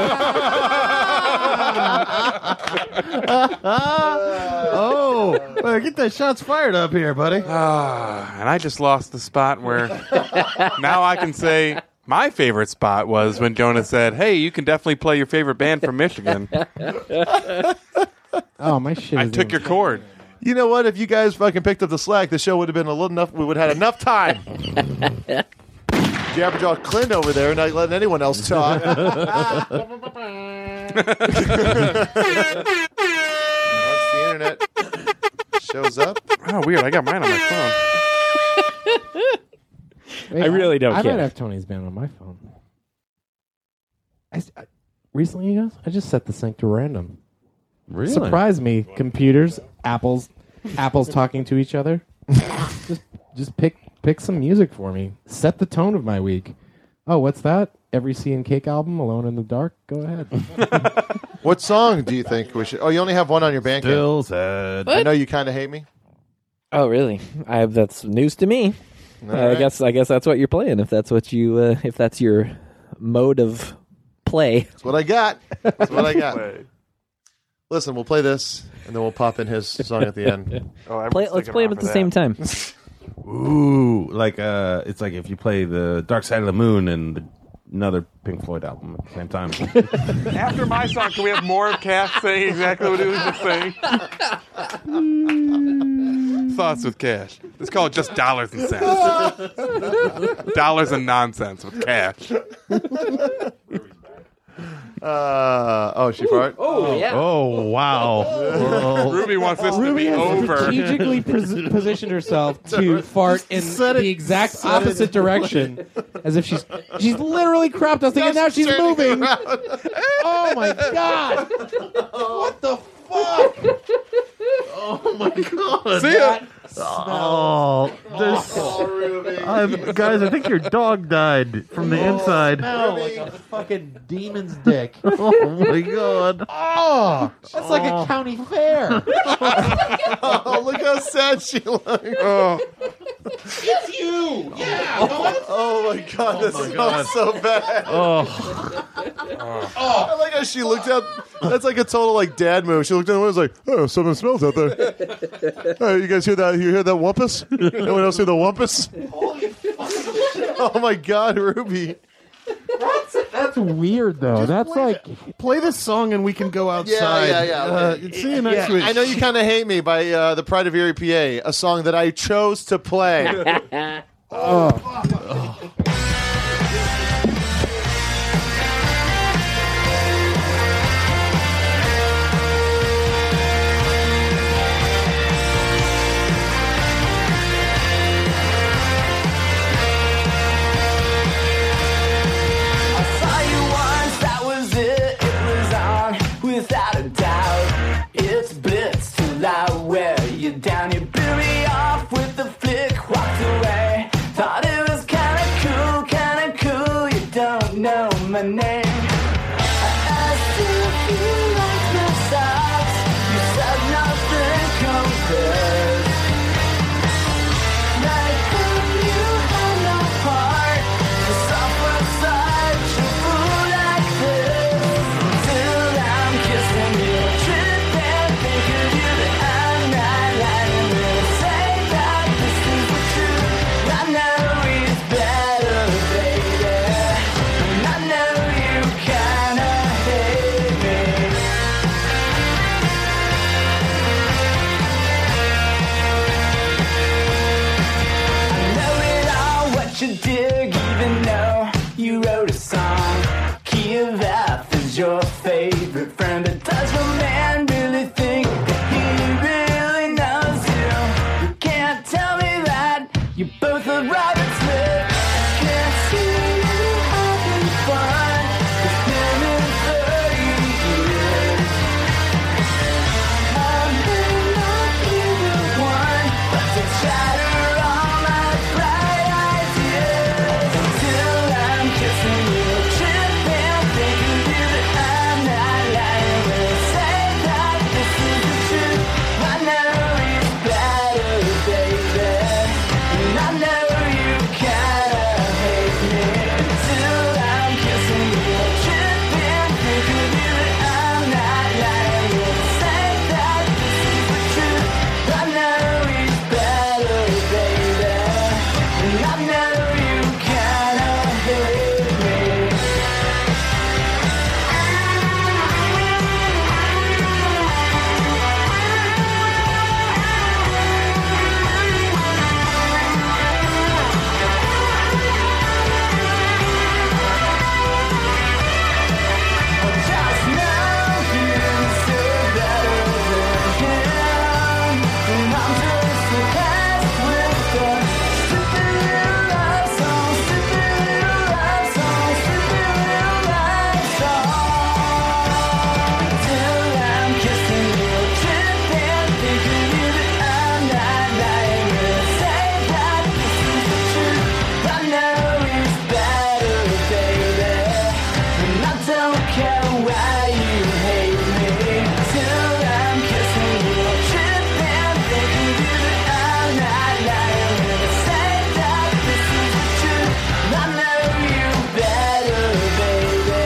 F: Of,
E: oh, well, get the shots fired up here, buddy.
G: Ah, and I just lost the spot where now I can say my favorite spot was when Jonah said, "Hey, you can definitely play your favorite band from Michigan."
C: Oh my shit!
G: I
C: is
G: took your chord.
D: You know what? If you guys fucking picked up the slack, the show would have been a little enough. We would have had enough time. Jabberjaw Clint over there, not letting anyone else talk. Once the internet shows up,
G: Oh, weird! I got mine on my phone.
C: Wait,
F: I really don't
C: I,
F: care.
C: might have Tony's band on my phone. I, s- I- recently, you guys, I just set the sync to random.
E: Really?
C: Surprise me, computers, apples, apples talking to each other. just, just pick, pick some music for me. Set the tone of my week. Oh, what's that? Every Sea and Cake album, Alone in the Dark. Go ahead.
D: what song do you think we should? Oh, you only have one on your bank.
E: Still sad.
D: I know you kind of hate me.
F: oh really? I that's news to me. I
D: right.
F: guess I guess that's what you're playing. If that's what you uh, if that's your mode of play.
D: That's what I got. That's what I got. Listen, we'll play this, and then we'll pop in his song at the end.
G: Oh,
F: Play, let's play them at the same time.
E: Ooh, like uh, it's like if you play the Dark Side of the Moon and the, another Pink Floyd album at the same time.
G: After my song, can we have more of Cass saying exactly what he was just saying? Thoughts with cash. Let's call it just dollars and cents. dollars and nonsense with cash.
D: Uh, oh, she farted.
J: oh, yeah.
E: Oh, wow.
G: Ruby wants this
C: Ruby
G: to be
C: has
G: over.
C: strategically pos- positioned herself to fart in
J: said
C: the
J: it-
C: exact
J: said it.
C: opposite direction, as if she's she's literally cropped us, and now she's
J: turning
C: moving.
J: around.
C: Oh my god!
J: what the fuck? oh my god.
E: See
J: ya.
E: Oh, there's- Um, guys, I think your dog died from the inside.
C: No, like a fucking demon's dick.
E: Oh my god.
C: Oh, that's like a county fair.
D: oh, look how sad she looks.
G: Oh,
C: it's you. Yeah.
D: Oh my god, that smells
E: God.
D: so bad.
E: Oh,
D: I like how she looked up. That's like a total like dad move. She looked in the window, and was like, "Oh, something smells out there." Hey, you guys hear that? You hear that wumpus? Anyone else hear the wumpus? oh my god, Ruby!
C: That's weird though. that's like
J: Play this song and we can go outside.
D: yeah, yeah.
J: Uh, see you next week.
D: I know you kind of hate me by uh, the Pride of Erie, PA, a song that I chose to play.
A: I saw you once, that was it. It was on without a doubt. It's blitz till I wear you down. You blew me off with the flick, walked away. Thought it was kinda cool, kinda cool. You don't know my name. I still feel like my socks. You said nothing compares. Like when you hung your heart. know it all what you dig, even though you wrote a song. Key of F is your favorite friend, but does the man really think that he really knows you? You can't tell me that you both are Robert Smith. I can't see you having fun. It's been in 30 years. I may not be the one, but to shatter all my bright ideas. Until I'm kissing you, tripping, thinking you that I'm not lying. We'll say that this is the truth. I know it's better, baby, and I know you kinda hate me. Until I'm kissing you, tripping, thinking you that I'm not lying. We'll say that this is the truth. I know it's better, baby, and I know you kinda hate me. Don't care why you hate me till I'm kissing you, tripping, thinking you that I'm not lying. When I say that this is the truth, I know you better, baby.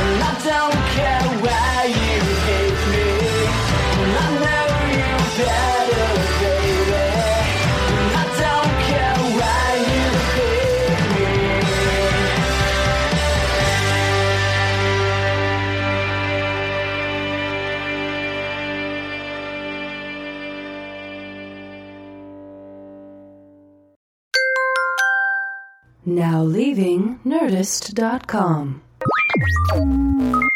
A: And I don't care why you hate me. And I know you better, baby. And I don't care why you hate me.
M: Now leaving Nerdist.com.
A: Bye.